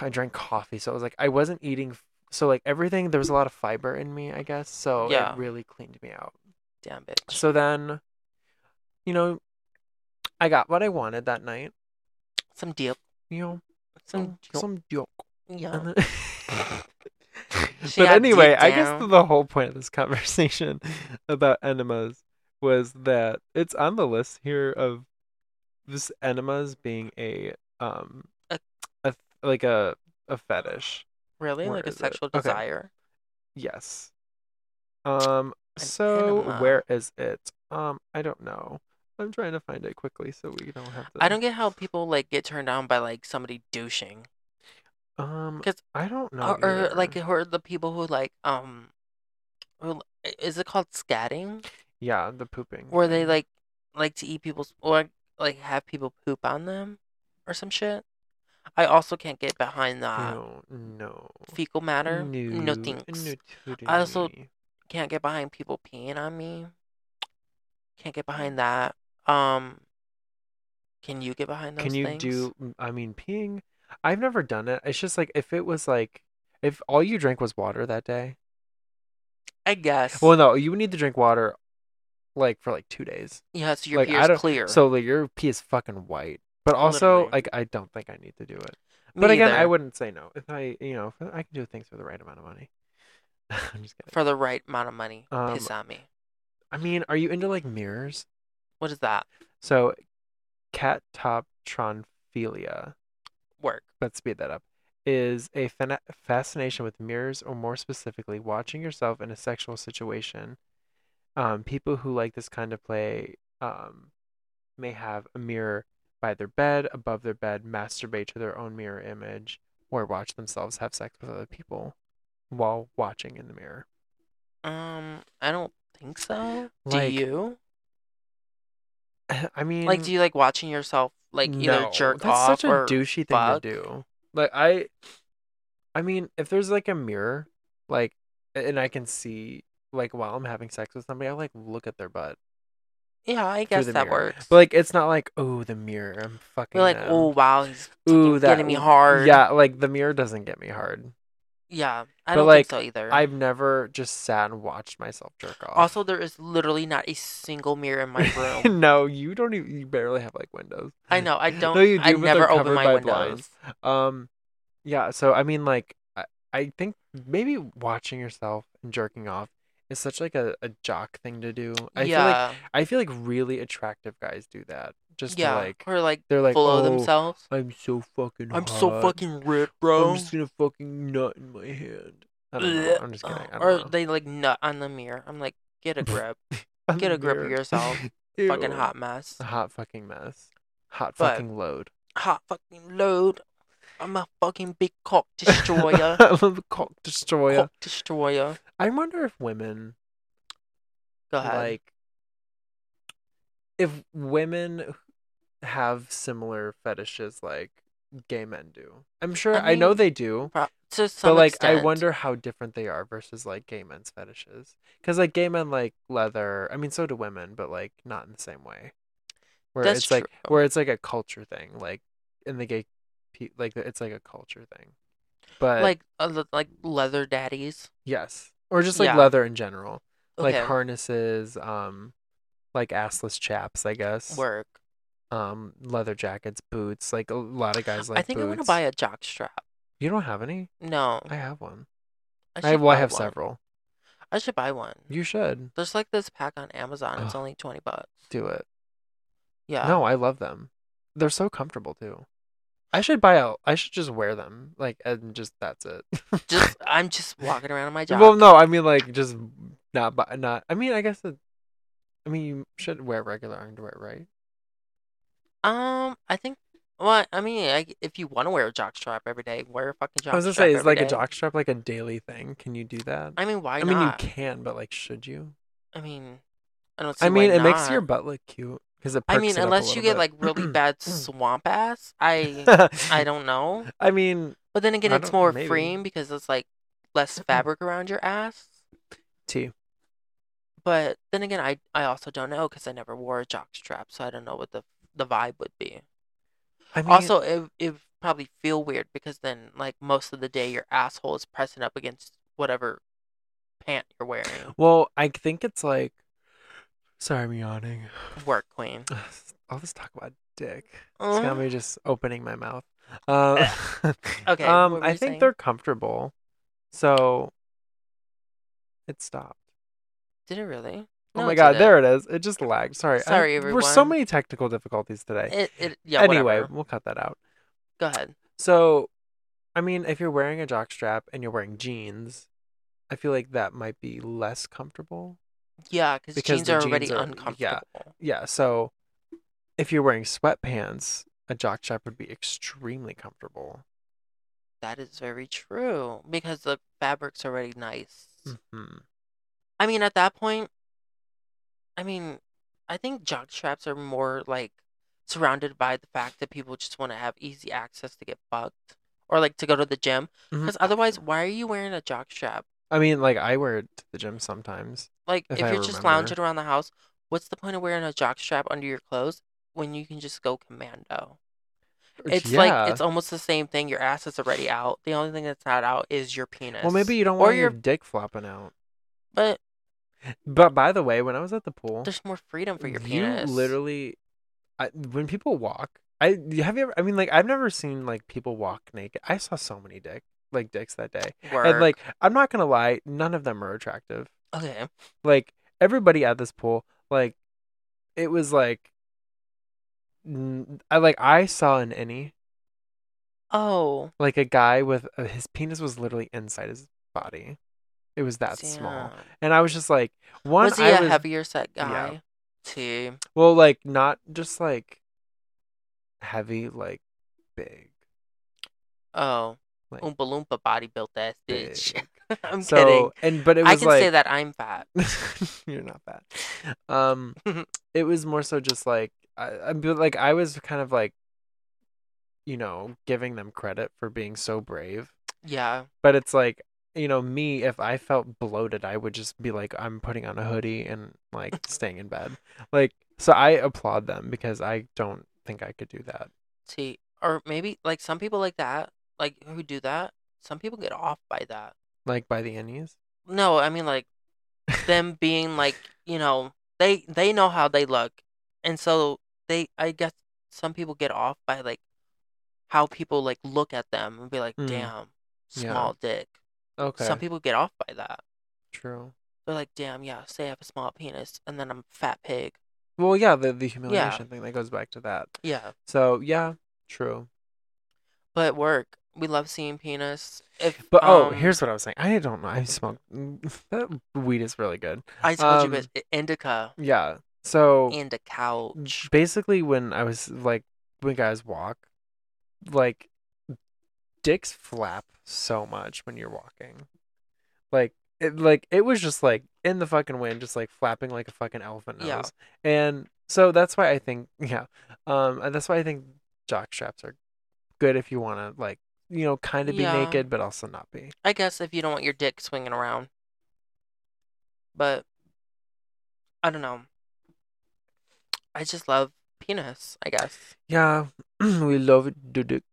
[SPEAKER 2] I drank coffee, so I was like, I wasn't eating. f- So like everything, there was a lot of fiber in me, I guess. So
[SPEAKER 1] Yeah.
[SPEAKER 2] it really cleaned me out.
[SPEAKER 1] damn bitch.
[SPEAKER 2] So then, you know, I got what I wanted that night.
[SPEAKER 1] Some deal,
[SPEAKER 2] You know,
[SPEAKER 1] some, some
[SPEAKER 2] some joke.
[SPEAKER 1] yeah.
[SPEAKER 2] And then-
[SPEAKER 1] Oh. She
[SPEAKER 2] but
[SPEAKER 1] got
[SPEAKER 2] anyway,
[SPEAKER 1] deep
[SPEAKER 2] I guess
[SPEAKER 1] down.
[SPEAKER 2] the whole point of this conversation about enemas was that it's on the list here of this enemas being a um
[SPEAKER 1] A-
[SPEAKER 2] a like a a fetish.
[SPEAKER 1] Really,
[SPEAKER 2] Where
[SPEAKER 1] like a
[SPEAKER 2] is it?
[SPEAKER 1] sexual
[SPEAKER 2] Okay.
[SPEAKER 1] desire.
[SPEAKER 2] Yes. Um.
[SPEAKER 1] An
[SPEAKER 2] So
[SPEAKER 1] enema.
[SPEAKER 2] where is it? Um. I don't know. I'm trying to find it quickly so we don't have to.
[SPEAKER 1] I don't get how people like get turned on by like somebody douching,
[SPEAKER 2] Um,
[SPEAKER 1] 'Cause-
[SPEAKER 2] I don't know.
[SPEAKER 1] or, or like
[SPEAKER 2] either.
[SPEAKER 1] who are the people who like um, who, li- is it called scatting?
[SPEAKER 2] yeah, the pooping.
[SPEAKER 1] Where they
[SPEAKER 2] thing.
[SPEAKER 1] like like to eat people's or like have people poop on them or some shit. I also can't get behind that
[SPEAKER 2] no, no,
[SPEAKER 1] fecal matter. No,
[SPEAKER 2] no,
[SPEAKER 1] thanks.
[SPEAKER 2] no
[SPEAKER 1] I also-
[SPEAKER 2] tootie.
[SPEAKER 1] can't get behind people peeing on me. Can't
[SPEAKER 2] Mm.
[SPEAKER 1] get behind that. Um, can you get behind those
[SPEAKER 2] Can you
[SPEAKER 1] things?
[SPEAKER 2] do? I mean, peeing. I've never done it. It's just like if it was like if all you drank was water that day.
[SPEAKER 1] I guess.
[SPEAKER 2] Well, no, you would need to drink water like for like two days.
[SPEAKER 1] Yeah, so your
[SPEAKER 2] Like, I
[SPEAKER 1] pee is
[SPEAKER 2] don't-
[SPEAKER 1] clear.
[SPEAKER 2] So like your pee is fucking white. But also
[SPEAKER 1] Literally.
[SPEAKER 2] like I don't think I need to do it.
[SPEAKER 1] Me
[SPEAKER 2] but again, I
[SPEAKER 1] either.
[SPEAKER 2] wouldn't say no. If I you know if I can do things for the right amount of money. I'm just kidding.
[SPEAKER 1] for the right amount of money.
[SPEAKER 2] Um,
[SPEAKER 1] Piss on me.
[SPEAKER 2] I mean, are you into like mirrors?
[SPEAKER 1] What is that?
[SPEAKER 2] So cat top tronphilia.
[SPEAKER 1] Work.
[SPEAKER 2] let's speed that up, is a fana fascination with mirrors, or more specifically, watching yourself in a sexual situation. Um, people who like this kind of play um, may have a mirror by their bed, above their bed, masturbate to their own mirror image, or watch themselves have sex with other people while watching in the mirror.
[SPEAKER 1] Um, I don't think so. do
[SPEAKER 2] Like,
[SPEAKER 1] you?
[SPEAKER 2] I mean,
[SPEAKER 1] Like, do you like watching yourself like either
[SPEAKER 2] no,
[SPEAKER 1] jerk
[SPEAKER 2] that's
[SPEAKER 1] off
[SPEAKER 2] such a
[SPEAKER 1] or
[SPEAKER 2] douchey
[SPEAKER 1] fuck?
[SPEAKER 2] thing to do. Like I, I mean, if there's like a mirror, like, and I can see like while I'm having sex with somebody, I like look at their butt
[SPEAKER 1] Yeah, I
[SPEAKER 2] through
[SPEAKER 1] guess
[SPEAKER 2] the
[SPEAKER 1] that
[SPEAKER 2] mirror.
[SPEAKER 1] works.
[SPEAKER 2] But like, it's not like oh the mirror, I'm fucking.
[SPEAKER 1] We're like,
[SPEAKER 2] them.
[SPEAKER 1] oh wow, he's
[SPEAKER 2] Ooh,
[SPEAKER 1] fucking getting me hard.
[SPEAKER 2] Yeah, like the mirror doesn't get me hard.
[SPEAKER 1] yeah. I
[SPEAKER 2] But,
[SPEAKER 1] don't
[SPEAKER 2] like,
[SPEAKER 1] think so either.
[SPEAKER 2] I've never just sat and watched myself jerk off.
[SPEAKER 1] Also, there is literally not a single mirror in my room.
[SPEAKER 2] no, you don't even. You barely have like windows.
[SPEAKER 1] I know. I don't.
[SPEAKER 2] No, you
[SPEAKER 1] I
[SPEAKER 2] do, but they're
[SPEAKER 1] never open
[SPEAKER 2] covered
[SPEAKER 1] my
[SPEAKER 2] by
[SPEAKER 1] windows.
[SPEAKER 2] blinds. Um, yeah, so I mean, like, I, I think maybe watching yourself and jerking off is such like a, a jock thing to do. I feel like
[SPEAKER 1] yeah.
[SPEAKER 2] I feel like really attractive guys do that. Just to
[SPEAKER 1] yeah.
[SPEAKER 2] like
[SPEAKER 1] or like
[SPEAKER 2] they're like,
[SPEAKER 1] below
[SPEAKER 2] oh,
[SPEAKER 1] themselves.
[SPEAKER 2] I'm so fucking
[SPEAKER 1] I'm so
[SPEAKER 2] hot.
[SPEAKER 1] fucking ripped,
[SPEAKER 2] I'm
[SPEAKER 1] bro.
[SPEAKER 2] just gonna fucking nut in my hand. I don't know.
[SPEAKER 1] Blech.
[SPEAKER 2] I'm just kidding. I
[SPEAKER 1] or
[SPEAKER 2] don't know.
[SPEAKER 1] they like nut on the mirror. I'm like, get a grip,
[SPEAKER 2] I'm
[SPEAKER 1] get a grip of
[SPEAKER 2] weird.
[SPEAKER 1] yourself. fucking
[SPEAKER 2] Ew.
[SPEAKER 1] hot mess,
[SPEAKER 2] Hot fucking mess. Hot
[SPEAKER 1] But-
[SPEAKER 2] fucking load.
[SPEAKER 1] hot fucking load. I'm a fucking big cock destroyer,
[SPEAKER 2] Cock destroyer.
[SPEAKER 1] cock destroyer.
[SPEAKER 2] I wonder if women
[SPEAKER 1] Go ahead.
[SPEAKER 2] like if women have similar fetishes like gay men do. I'm sure I,
[SPEAKER 1] I
[SPEAKER 2] know
[SPEAKER 1] mean,
[SPEAKER 2] they do,
[SPEAKER 1] Pro- to some
[SPEAKER 2] but like I
[SPEAKER 1] extent.
[SPEAKER 2] wonder how different they are versus like gay men's fetishes. Cuz like gay men like leather. I mean so do women, but like not in the same way. Where
[SPEAKER 1] That's
[SPEAKER 2] it's like where it's like a culture thing, like in the gay pe- like it's like a culture thing. But
[SPEAKER 1] like uh, le- like leather daddies.
[SPEAKER 2] yes, or just like
[SPEAKER 1] Yeah.
[SPEAKER 2] leather in general. like
[SPEAKER 1] Okay,
[SPEAKER 2] harnesses, um, like assless chaps, I guess.
[SPEAKER 1] work.
[SPEAKER 2] Um, leather jackets, boots. Like a lot of guys like.
[SPEAKER 1] I think I want to
[SPEAKER 2] boots.
[SPEAKER 1] buy a jock strap.
[SPEAKER 2] You don't have any.
[SPEAKER 1] No,
[SPEAKER 2] I have one.
[SPEAKER 1] I,
[SPEAKER 2] I,
[SPEAKER 1] should
[SPEAKER 2] well, I
[SPEAKER 1] buy
[SPEAKER 2] have
[SPEAKER 1] one.
[SPEAKER 2] several.
[SPEAKER 1] I should buy one.
[SPEAKER 2] You should
[SPEAKER 1] There's like this pack on Amazon. It's
[SPEAKER 2] Ugh.
[SPEAKER 1] only twenty bucks.
[SPEAKER 2] do it.
[SPEAKER 1] Yeah.
[SPEAKER 2] No, I love them. They're so comfortable too. I should buy out. I should just wear them. Like and just that's it.
[SPEAKER 1] Just I'm just walking around in my jock.
[SPEAKER 2] well, no, I mean like just not buy not. I mean, I guess it. I mean, you should wear regular underwear, right?
[SPEAKER 1] Um, I think. Well, I mean, I, if you want to wear a jockstrap every day, wear a fucking jockstrap
[SPEAKER 2] I was gonna say, is
[SPEAKER 1] every
[SPEAKER 2] like a
[SPEAKER 1] day.
[SPEAKER 2] jockstrap like a daily thing? Can you do that?
[SPEAKER 1] I mean, why
[SPEAKER 2] I mean, you
[SPEAKER 1] not?
[SPEAKER 2] can, but like, should you?
[SPEAKER 1] I mean, I don't see
[SPEAKER 2] I
[SPEAKER 1] why
[SPEAKER 2] mean, it makes
[SPEAKER 1] not.
[SPEAKER 2] your butt look cute because it.
[SPEAKER 1] I
[SPEAKER 2] Perks
[SPEAKER 1] mean,
[SPEAKER 2] it up a
[SPEAKER 1] unless you get
[SPEAKER 2] little
[SPEAKER 1] like really bad swamp ass,
[SPEAKER 2] bit.
[SPEAKER 1] I I don't know.
[SPEAKER 2] I mean,
[SPEAKER 1] But then again,
[SPEAKER 2] I
[SPEAKER 1] it's
[SPEAKER 2] don't-
[SPEAKER 1] more
[SPEAKER 2] maybe.
[SPEAKER 1] freeing because it's like less fabric around your ass.
[SPEAKER 2] too.
[SPEAKER 1] But then again, I I also don't know because I never wore a jockstrap, so I don't know what the the vibe would be.
[SPEAKER 2] I mean,
[SPEAKER 1] Also, it it would probably feel weird because then like most of the day your asshole is pressing up against whatever pant you're wearing.
[SPEAKER 2] well, I think it's like. Sorry, I'm yawning.
[SPEAKER 1] Work queen.
[SPEAKER 2] All this talk about dick. It's got
[SPEAKER 1] Uh,
[SPEAKER 2] me just opening my mouth. Uh,
[SPEAKER 1] okay,
[SPEAKER 2] Um,
[SPEAKER 1] what were
[SPEAKER 2] I
[SPEAKER 1] you
[SPEAKER 2] think
[SPEAKER 1] saying?
[SPEAKER 2] they're comfortable, so it stopped.
[SPEAKER 1] Did it really?
[SPEAKER 2] Oh
[SPEAKER 1] No,
[SPEAKER 2] my
[SPEAKER 1] it
[SPEAKER 2] god,
[SPEAKER 1] didn't.
[SPEAKER 2] there it is. It just lagged. Sorry. I-
[SPEAKER 1] Sorry,
[SPEAKER 2] We're so
[SPEAKER 1] everyone.
[SPEAKER 2] many technical difficulties today.
[SPEAKER 1] It, it yeah.
[SPEAKER 2] anyway,
[SPEAKER 1] whatever.
[SPEAKER 2] we'll cut that out.
[SPEAKER 1] go ahead.
[SPEAKER 2] So, I mean, if you're wearing a jockstrap and you're wearing jeans, I feel like that might be less comfortable.
[SPEAKER 1] Yeah, cause
[SPEAKER 2] Because
[SPEAKER 1] jeans
[SPEAKER 2] the
[SPEAKER 1] are already
[SPEAKER 2] jeans are- yeah.
[SPEAKER 1] uncomfortable.
[SPEAKER 2] Yeah, so if you're wearing sweatpants, a jockstrap would be extremely comfortable.
[SPEAKER 1] That is very true because the fabric's already nice.
[SPEAKER 2] hmm
[SPEAKER 1] I mean, at that point, I mean, I think jock straps are more like surrounded by the fact that people just want to have easy access to get fucked or like to go to the gym.
[SPEAKER 2] Mhm.
[SPEAKER 1] Because otherwise, why are you wearing a jock strap?
[SPEAKER 2] I mean, like I wear it to the gym sometimes.
[SPEAKER 1] Like,
[SPEAKER 2] If
[SPEAKER 1] if,
[SPEAKER 2] I
[SPEAKER 1] you're just
[SPEAKER 2] remember.
[SPEAKER 1] lounging around the house, what's the point of wearing a jock strap under your clothes when you can just go commando? It's like
[SPEAKER 2] Yeah.
[SPEAKER 1] it's almost the same thing. Your ass is already out. The only thing that's not out is your penis.
[SPEAKER 2] well, maybe you don't
[SPEAKER 1] or
[SPEAKER 2] want your
[SPEAKER 1] your
[SPEAKER 2] dick flopping out.
[SPEAKER 1] but
[SPEAKER 2] But by the way, when I was at the pool,
[SPEAKER 1] There's more freedom for your
[SPEAKER 2] you
[SPEAKER 1] penis.
[SPEAKER 2] literally, I, when people walk, I you- have you ever? I mean, like I've never seen like people walk naked. I saw so many dick like dicks that day, and
[SPEAKER 1] Work.
[SPEAKER 2] like I'm not gonna lie, none of them are attractive.
[SPEAKER 1] okay,
[SPEAKER 2] Like everybody at this pool, like it was like, n- I like I saw an innie,
[SPEAKER 1] oh,
[SPEAKER 2] like a guy with uh, his penis was literally inside his body. It was that small,
[SPEAKER 1] damn.
[SPEAKER 2] and I was just like, one,
[SPEAKER 1] Was he
[SPEAKER 2] I
[SPEAKER 1] a
[SPEAKER 2] was
[SPEAKER 1] heavier set
[SPEAKER 2] yeah.
[SPEAKER 1] guy? See,
[SPEAKER 2] Well, like not just like heavy, like big,
[SPEAKER 1] oh,
[SPEAKER 2] like
[SPEAKER 1] Oompa Loompa body built ass
[SPEAKER 2] big.
[SPEAKER 1] bitch. I'm
[SPEAKER 2] so
[SPEAKER 1] kidding.
[SPEAKER 2] and but it was
[SPEAKER 1] I can
[SPEAKER 2] like
[SPEAKER 1] say that I'm fat.
[SPEAKER 2] you're not bad. Um, it was more so just like I, I but like I was kind of like, you know, giving them credit for being so brave,
[SPEAKER 1] Yeah,
[SPEAKER 2] but it's like. You know, me, if I felt bloated, I would just be like, I'm putting on a hoodie and like staying in bed. Like, so I applaud them because I don't think I could do that.
[SPEAKER 1] see, or maybe like some people like that, like who do that. Some people get off by that.
[SPEAKER 2] Like, by the innies.
[SPEAKER 1] No, I mean like them being like you know they they know how they look, and so they I guess some people get off by like how people like look at them and be like,
[SPEAKER 2] Mm.
[SPEAKER 1] damn,
[SPEAKER 2] Yeah.
[SPEAKER 1] small dick.
[SPEAKER 2] Okay.
[SPEAKER 1] Some people get off by that.
[SPEAKER 2] True.
[SPEAKER 1] They're like, damn, yeah, say I have a small penis and then I'm a fat pig.
[SPEAKER 2] Well, yeah, the the humiliation thing that goes back to that.
[SPEAKER 1] Yeah.
[SPEAKER 2] So yeah, true.
[SPEAKER 1] But at work, we love seeing penis. If
[SPEAKER 2] But oh,
[SPEAKER 1] um,
[SPEAKER 2] here's what I was saying. I don't know. I smoke. That weed is really good.
[SPEAKER 1] I told you
[SPEAKER 2] um, oh.
[SPEAKER 1] it's indica
[SPEAKER 2] Yeah. So
[SPEAKER 1] and a couch.
[SPEAKER 2] basically, when I was like, when guys walk, like, dicks flap so much when you're walking. Like it, like it was just like in the fucking wind, just like flapping like a fucking elephant nose.
[SPEAKER 1] Yeah.
[SPEAKER 2] And so that's why I think, yeah, um, and that's why I think jock straps are good if you want to like, you know, kind of be
[SPEAKER 1] Yeah.
[SPEAKER 2] naked but also not be.
[SPEAKER 1] I guess if you don't want your dick swinging around. But I don't know. I just love penis, I guess.
[SPEAKER 2] Yeah, we love the dick.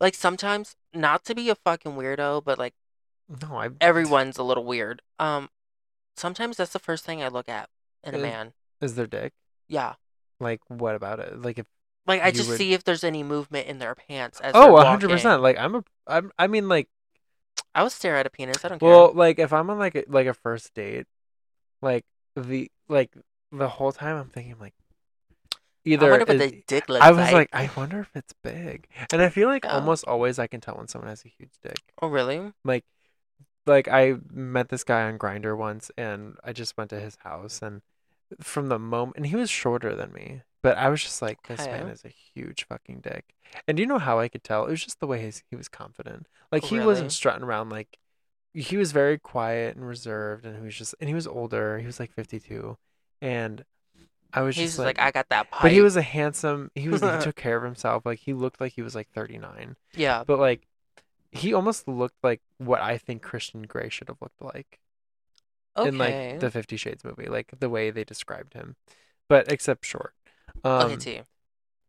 [SPEAKER 1] Like sometimes, not to be a fucking weirdo, but like
[SPEAKER 2] No, I
[SPEAKER 1] everyone's a little weird. Um sometimes that's the first thing I look at in a
[SPEAKER 2] Yeah.
[SPEAKER 1] man.
[SPEAKER 2] is their dick.
[SPEAKER 1] Yeah.
[SPEAKER 2] Like, what about it? Like, if
[SPEAKER 1] Like I
[SPEAKER 2] You
[SPEAKER 1] just
[SPEAKER 2] would-
[SPEAKER 1] see if there's any movement in their pants as
[SPEAKER 2] oh,
[SPEAKER 1] they're
[SPEAKER 2] a hundred
[SPEAKER 1] walking.
[SPEAKER 2] percent. Like, I'm a, I'm, I mean, like,
[SPEAKER 1] I would stare at a penis. I don't care.
[SPEAKER 2] well, like if I'm on like a, like a first date, like the like the whole time I'm thinking like, either
[SPEAKER 1] I wonder what
[SPEAKER 2] is-
[SPEAKER 1] the dick looks
[SPEAKER 2] I was like, Oh. I wonder if it's big. And I feel like
[SPEAKER 1] Yeah.
[SPEAKER 2] almost always I can tell when someone has a huge dick.
[SPEAKER 1] oh really?
[SPEAKER 2] Like like I met this guy on Grinder once and I just went to his house and from the moment and he was shorter than me, but I was just like this man
[SPEAKER 1] Okay.
[SPEAKER 2] is a huge fucking dick. And do you know how I could tell? It was just the way his, he was confident. Like he
[SPEAKER 1] Really?
[SPEAKER 2] wasn't strutting around like he was very quiet and reserved and he was just and he was older. He was like 52 and I was
[SPEAKER 1] He's
[SPEAKER 2] just
[SPEAKER 1] just like, I got that pipe.
[SPEAKER 2] but he was a handsome. He was. he took care of himself. Like he looked like he was like 39.
[SPEAKER 1] yeah.
[SPEAKER 2] But like, he almost looked like what I think Christian Grey should have looked like
[SPEAKER 1] Okay.
[SPEAKER 2] in like the Fifty Shades movie, like the way they described him, but except short. Um,
[SPEAKER 1] okay, T.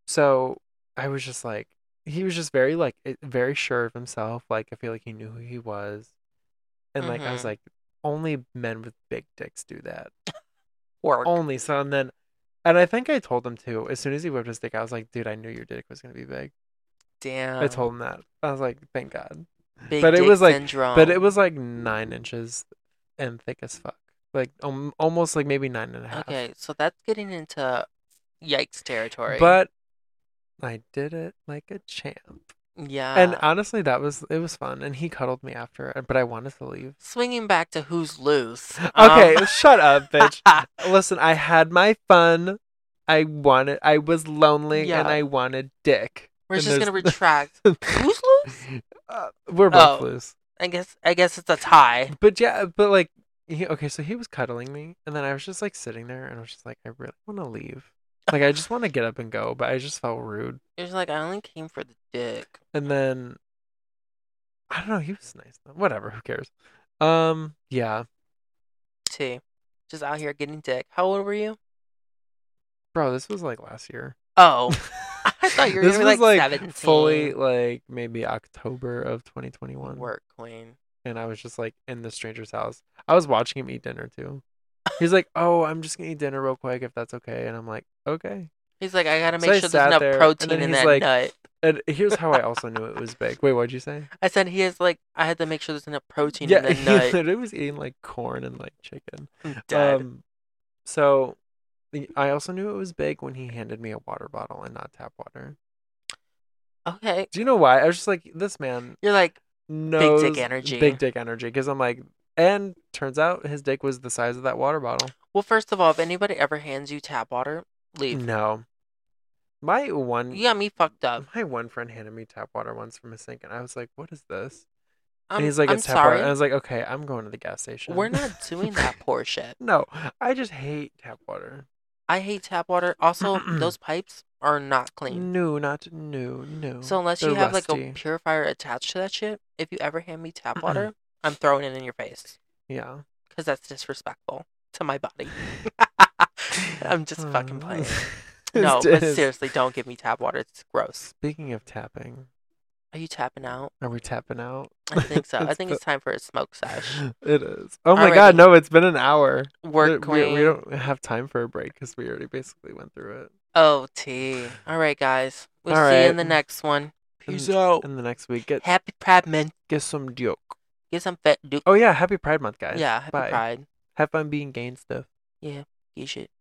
[SPEAKER 2] so I was just like, he was just very like it- very sure of himself. Like I feel like he knew who he was, and like I was
[SPEAKER 1] Mhm.
[SPEAKER 2] like, only men with big dicks do that.
[SPEAKER 1] Work.
[SPEAKER 2] Only so, and then, and I think I told him too. As soon as he whipped his dick, I was like, dude, I knew your dick was gonna be big.
[SPEAKER 1] Damn.
[SPEAKER 2] I told him that. I was like, thank God.
[SPEAKER 1] Big
[SPEAKER 2] but it
[SPEAKER 1] dick
[SPEAKER 2] was like-
[SPEAKER 1] syndrome.
[SPEAKER 2] But it was like nine inches and thick as fuck. Like um, almost like maybe nine and a half.
[SPEAKER 1] Okay, so that's getting into yikes territory.
[SPEAKER 2] But I did it like a champ.
[SPEAKER 1] yeah,
[SPEAKER 2] and honestly, that was it was fun. And he cuddled me after, but I wanted to leave.
[SPEAKER 1] swinging back to who's loose.
[SPEAKER 2] Okay,
[SPEAKER 1] um,
[SPEAKER 2] shut up, bitch. Listen, I had my fun. I wanted. I was lonely,
[SPEAKER 1] Yeah.
[SPEAKER 2] and I wanted dick.
[SPEAKER 1] we're
[SPEAKER 2] And
[SPEAKER 1] just gonna
[SPEAKER 2] there's-
[SPEAKER 1] retract. who's loose?
[SPEAKER 2] Uh, we're both
[SPEAKER 1] Oh.
[SPEAKER 2] loose.
[SPEAKER 1] I guess. I guess it's a tie.
[SPEAKER 2] But yeah, uh, but like, he, okay, so he was cuddling me, and then I was just like sitting there, and I was just like, I really want to leave. Like, I just want to get up and go, but I just felt rude.
[SPEAKER 1] It was like I only came for the dick.
[SPEAKER 2] And then, I don't know, he was nice though. Whatever, who cares? Um, yeah,
[SPEAKER 1] T. Just out here getting dick. How old were you?
[SPEAKER 2] bro, this was like last year.
[SPEAKER 1] Oh, I thought you were
[SPEAKER 2] This
[SPEAKER 1] gonna be
[SPEAKER 2] was
[SPEAKER 1] like,
[SPEAKER 2] like fully
[SPEAKER 1] 17.
[SPEAKER 2] like maybe October of 2021,
[SPEAKER 1] work queen.
[SPEAKER 2] and I was just like in the stranger's house. I was watching him eat dinner too. He's like, "Oh, I'm just gonna eat dinner real quick if that's okay," and I'm like, "Okay."
[SPEAKER 1] He's like, I gotta
[SPEAKER 2] So
[SPEAKER 1] make
[SPEAKER 2] I
[SPEAKER 1] sure there's
[SPEAKER 2] sat
[SPEAKER 1] enough
[SPEAKER 2] there, and
[SPEAKER 1] protein
[SPEAKER 2] then
[SPEAKER 1] in
[SPEAKER 2] he's
[SPEAKER 1] that
[SPEAKER 2] like-
[SPEAKER 1] nut.
[SPEAKER 2] And here's how I also knew it was baked. Wait, what'd you say?
[SPEAKER 1] I said he has like I had to make sure there's enough protein
[SPEAKER 2] yeah,
[SPEAKER 1] in
[SPEAKER 2] he
[SPEAKER 1] that nut.
[SPEAKER 2] literally was eating like corn and like chicken.
[SPEAKER 1] I'm dead.
[SPEAKER 2] Um, so the- I also knew it was big when he handed me a water bottle and not tap water.
[SPEAKER 1] okay.
[SPEAKER 2] Do you know why? I was just like, this man
[SPEAKER 1] You're like
[SPEAKER 2] knows
[SPEAKER 1] energy.
[SPEAKER 2] Big dick energy. Because I'm like, and turns out his dick was the size of that water bottle.
[SPEAKER 1] Well, first of all, if anybody ever hands you tap water, leave.
[SPEAKER 2] No, my one,
[SPEAKER 1] You got me fucked up.
[SPEAKER 2] my one friend handed me tap water once from a sink, and I was like, what is this?
[SPEAKER 1] I'm,
[SPEAKER 2] and he's like,
[SPEAKER 1] Um, I'm
[SPEAKER 2] it's tap water.
[SPEAKER 1] sorry.
[SPEAKER 2] And I was like, okay, I'm going to the gas station.
[SPEAKER 1] We're not doing that poor shit.
[SPEAKER 2] no, I just hate tap water.
[SPEAKER 1] I hate tap water. Also, those pipes are not clean.
[SPEAKER 2] No, not no, no.
[SPEAKER 1] So unless you
[SPEAKER 2] They're
[SPEAKER 1] have like
[SPEAKER 2] rusty.
[SPEAKER 1] a purifier attached to that shit, if you ever hand me tap water, I'm throwing it in your face
[SPEAKER 2] yeah.
[SPEAKER 1] because that's disrespectful to my body. I'm just
[SPEAKER 2] Uh,
[SPEAKER 1] fucking playing. No, but
[SPEAKER 2] It's-
[SPEAKER 1] seriously, don't give me tap water. It's gross.
[SPEAKER 2] Speaking of tapping,
[SPEAKER 1] Are you tapping out?
[SPEAKER 2] are we tapping out?
[SPEAKER 1] I think so. I
[SPEAKER 2] It's
[SPEAKER 1] think
[SPEAKER 2] the-
[SPEAKER 1] it's time for a smoke sesh.
[SPEAKER 2] It is. Oh my god,
[SPEAKER 1] Alrighty.
[SPEAKER 2] no! It's been an hour.
[SPEAKER 1] Work
[SPEAKER 2] we,
[SPEAKER 1] queen.
[SPEAKER 2] we, we don't have time for a break because we already basically went through it.
[SPEAKER 1] OT. Oh, All right, guys. We'll
[SPEAKER 2] All
[SPEAKER 1] see you in the
[SPEAKER 2] right.
[SPEAKER 1] next one.
[SPEAKER 2] Peace
[SPEAKER 1] out.
[SPEAKER 2] And the next week, get
[SPEAKER 1] Happy Pride Month.
[SPEAKER 2] get some duke.
[SPEAKER 1] Get some fat duke.
[SPEAKER 2] Oh yeah, happy Pride Month, guys.
[SPEAKER 1] yeah, happy
[SPEAKER 2] bye.
[SPEAKER 1] Pride.
[SPEAKER 2] Have fun being gay and stuff.
[SPEAKER 1] You should.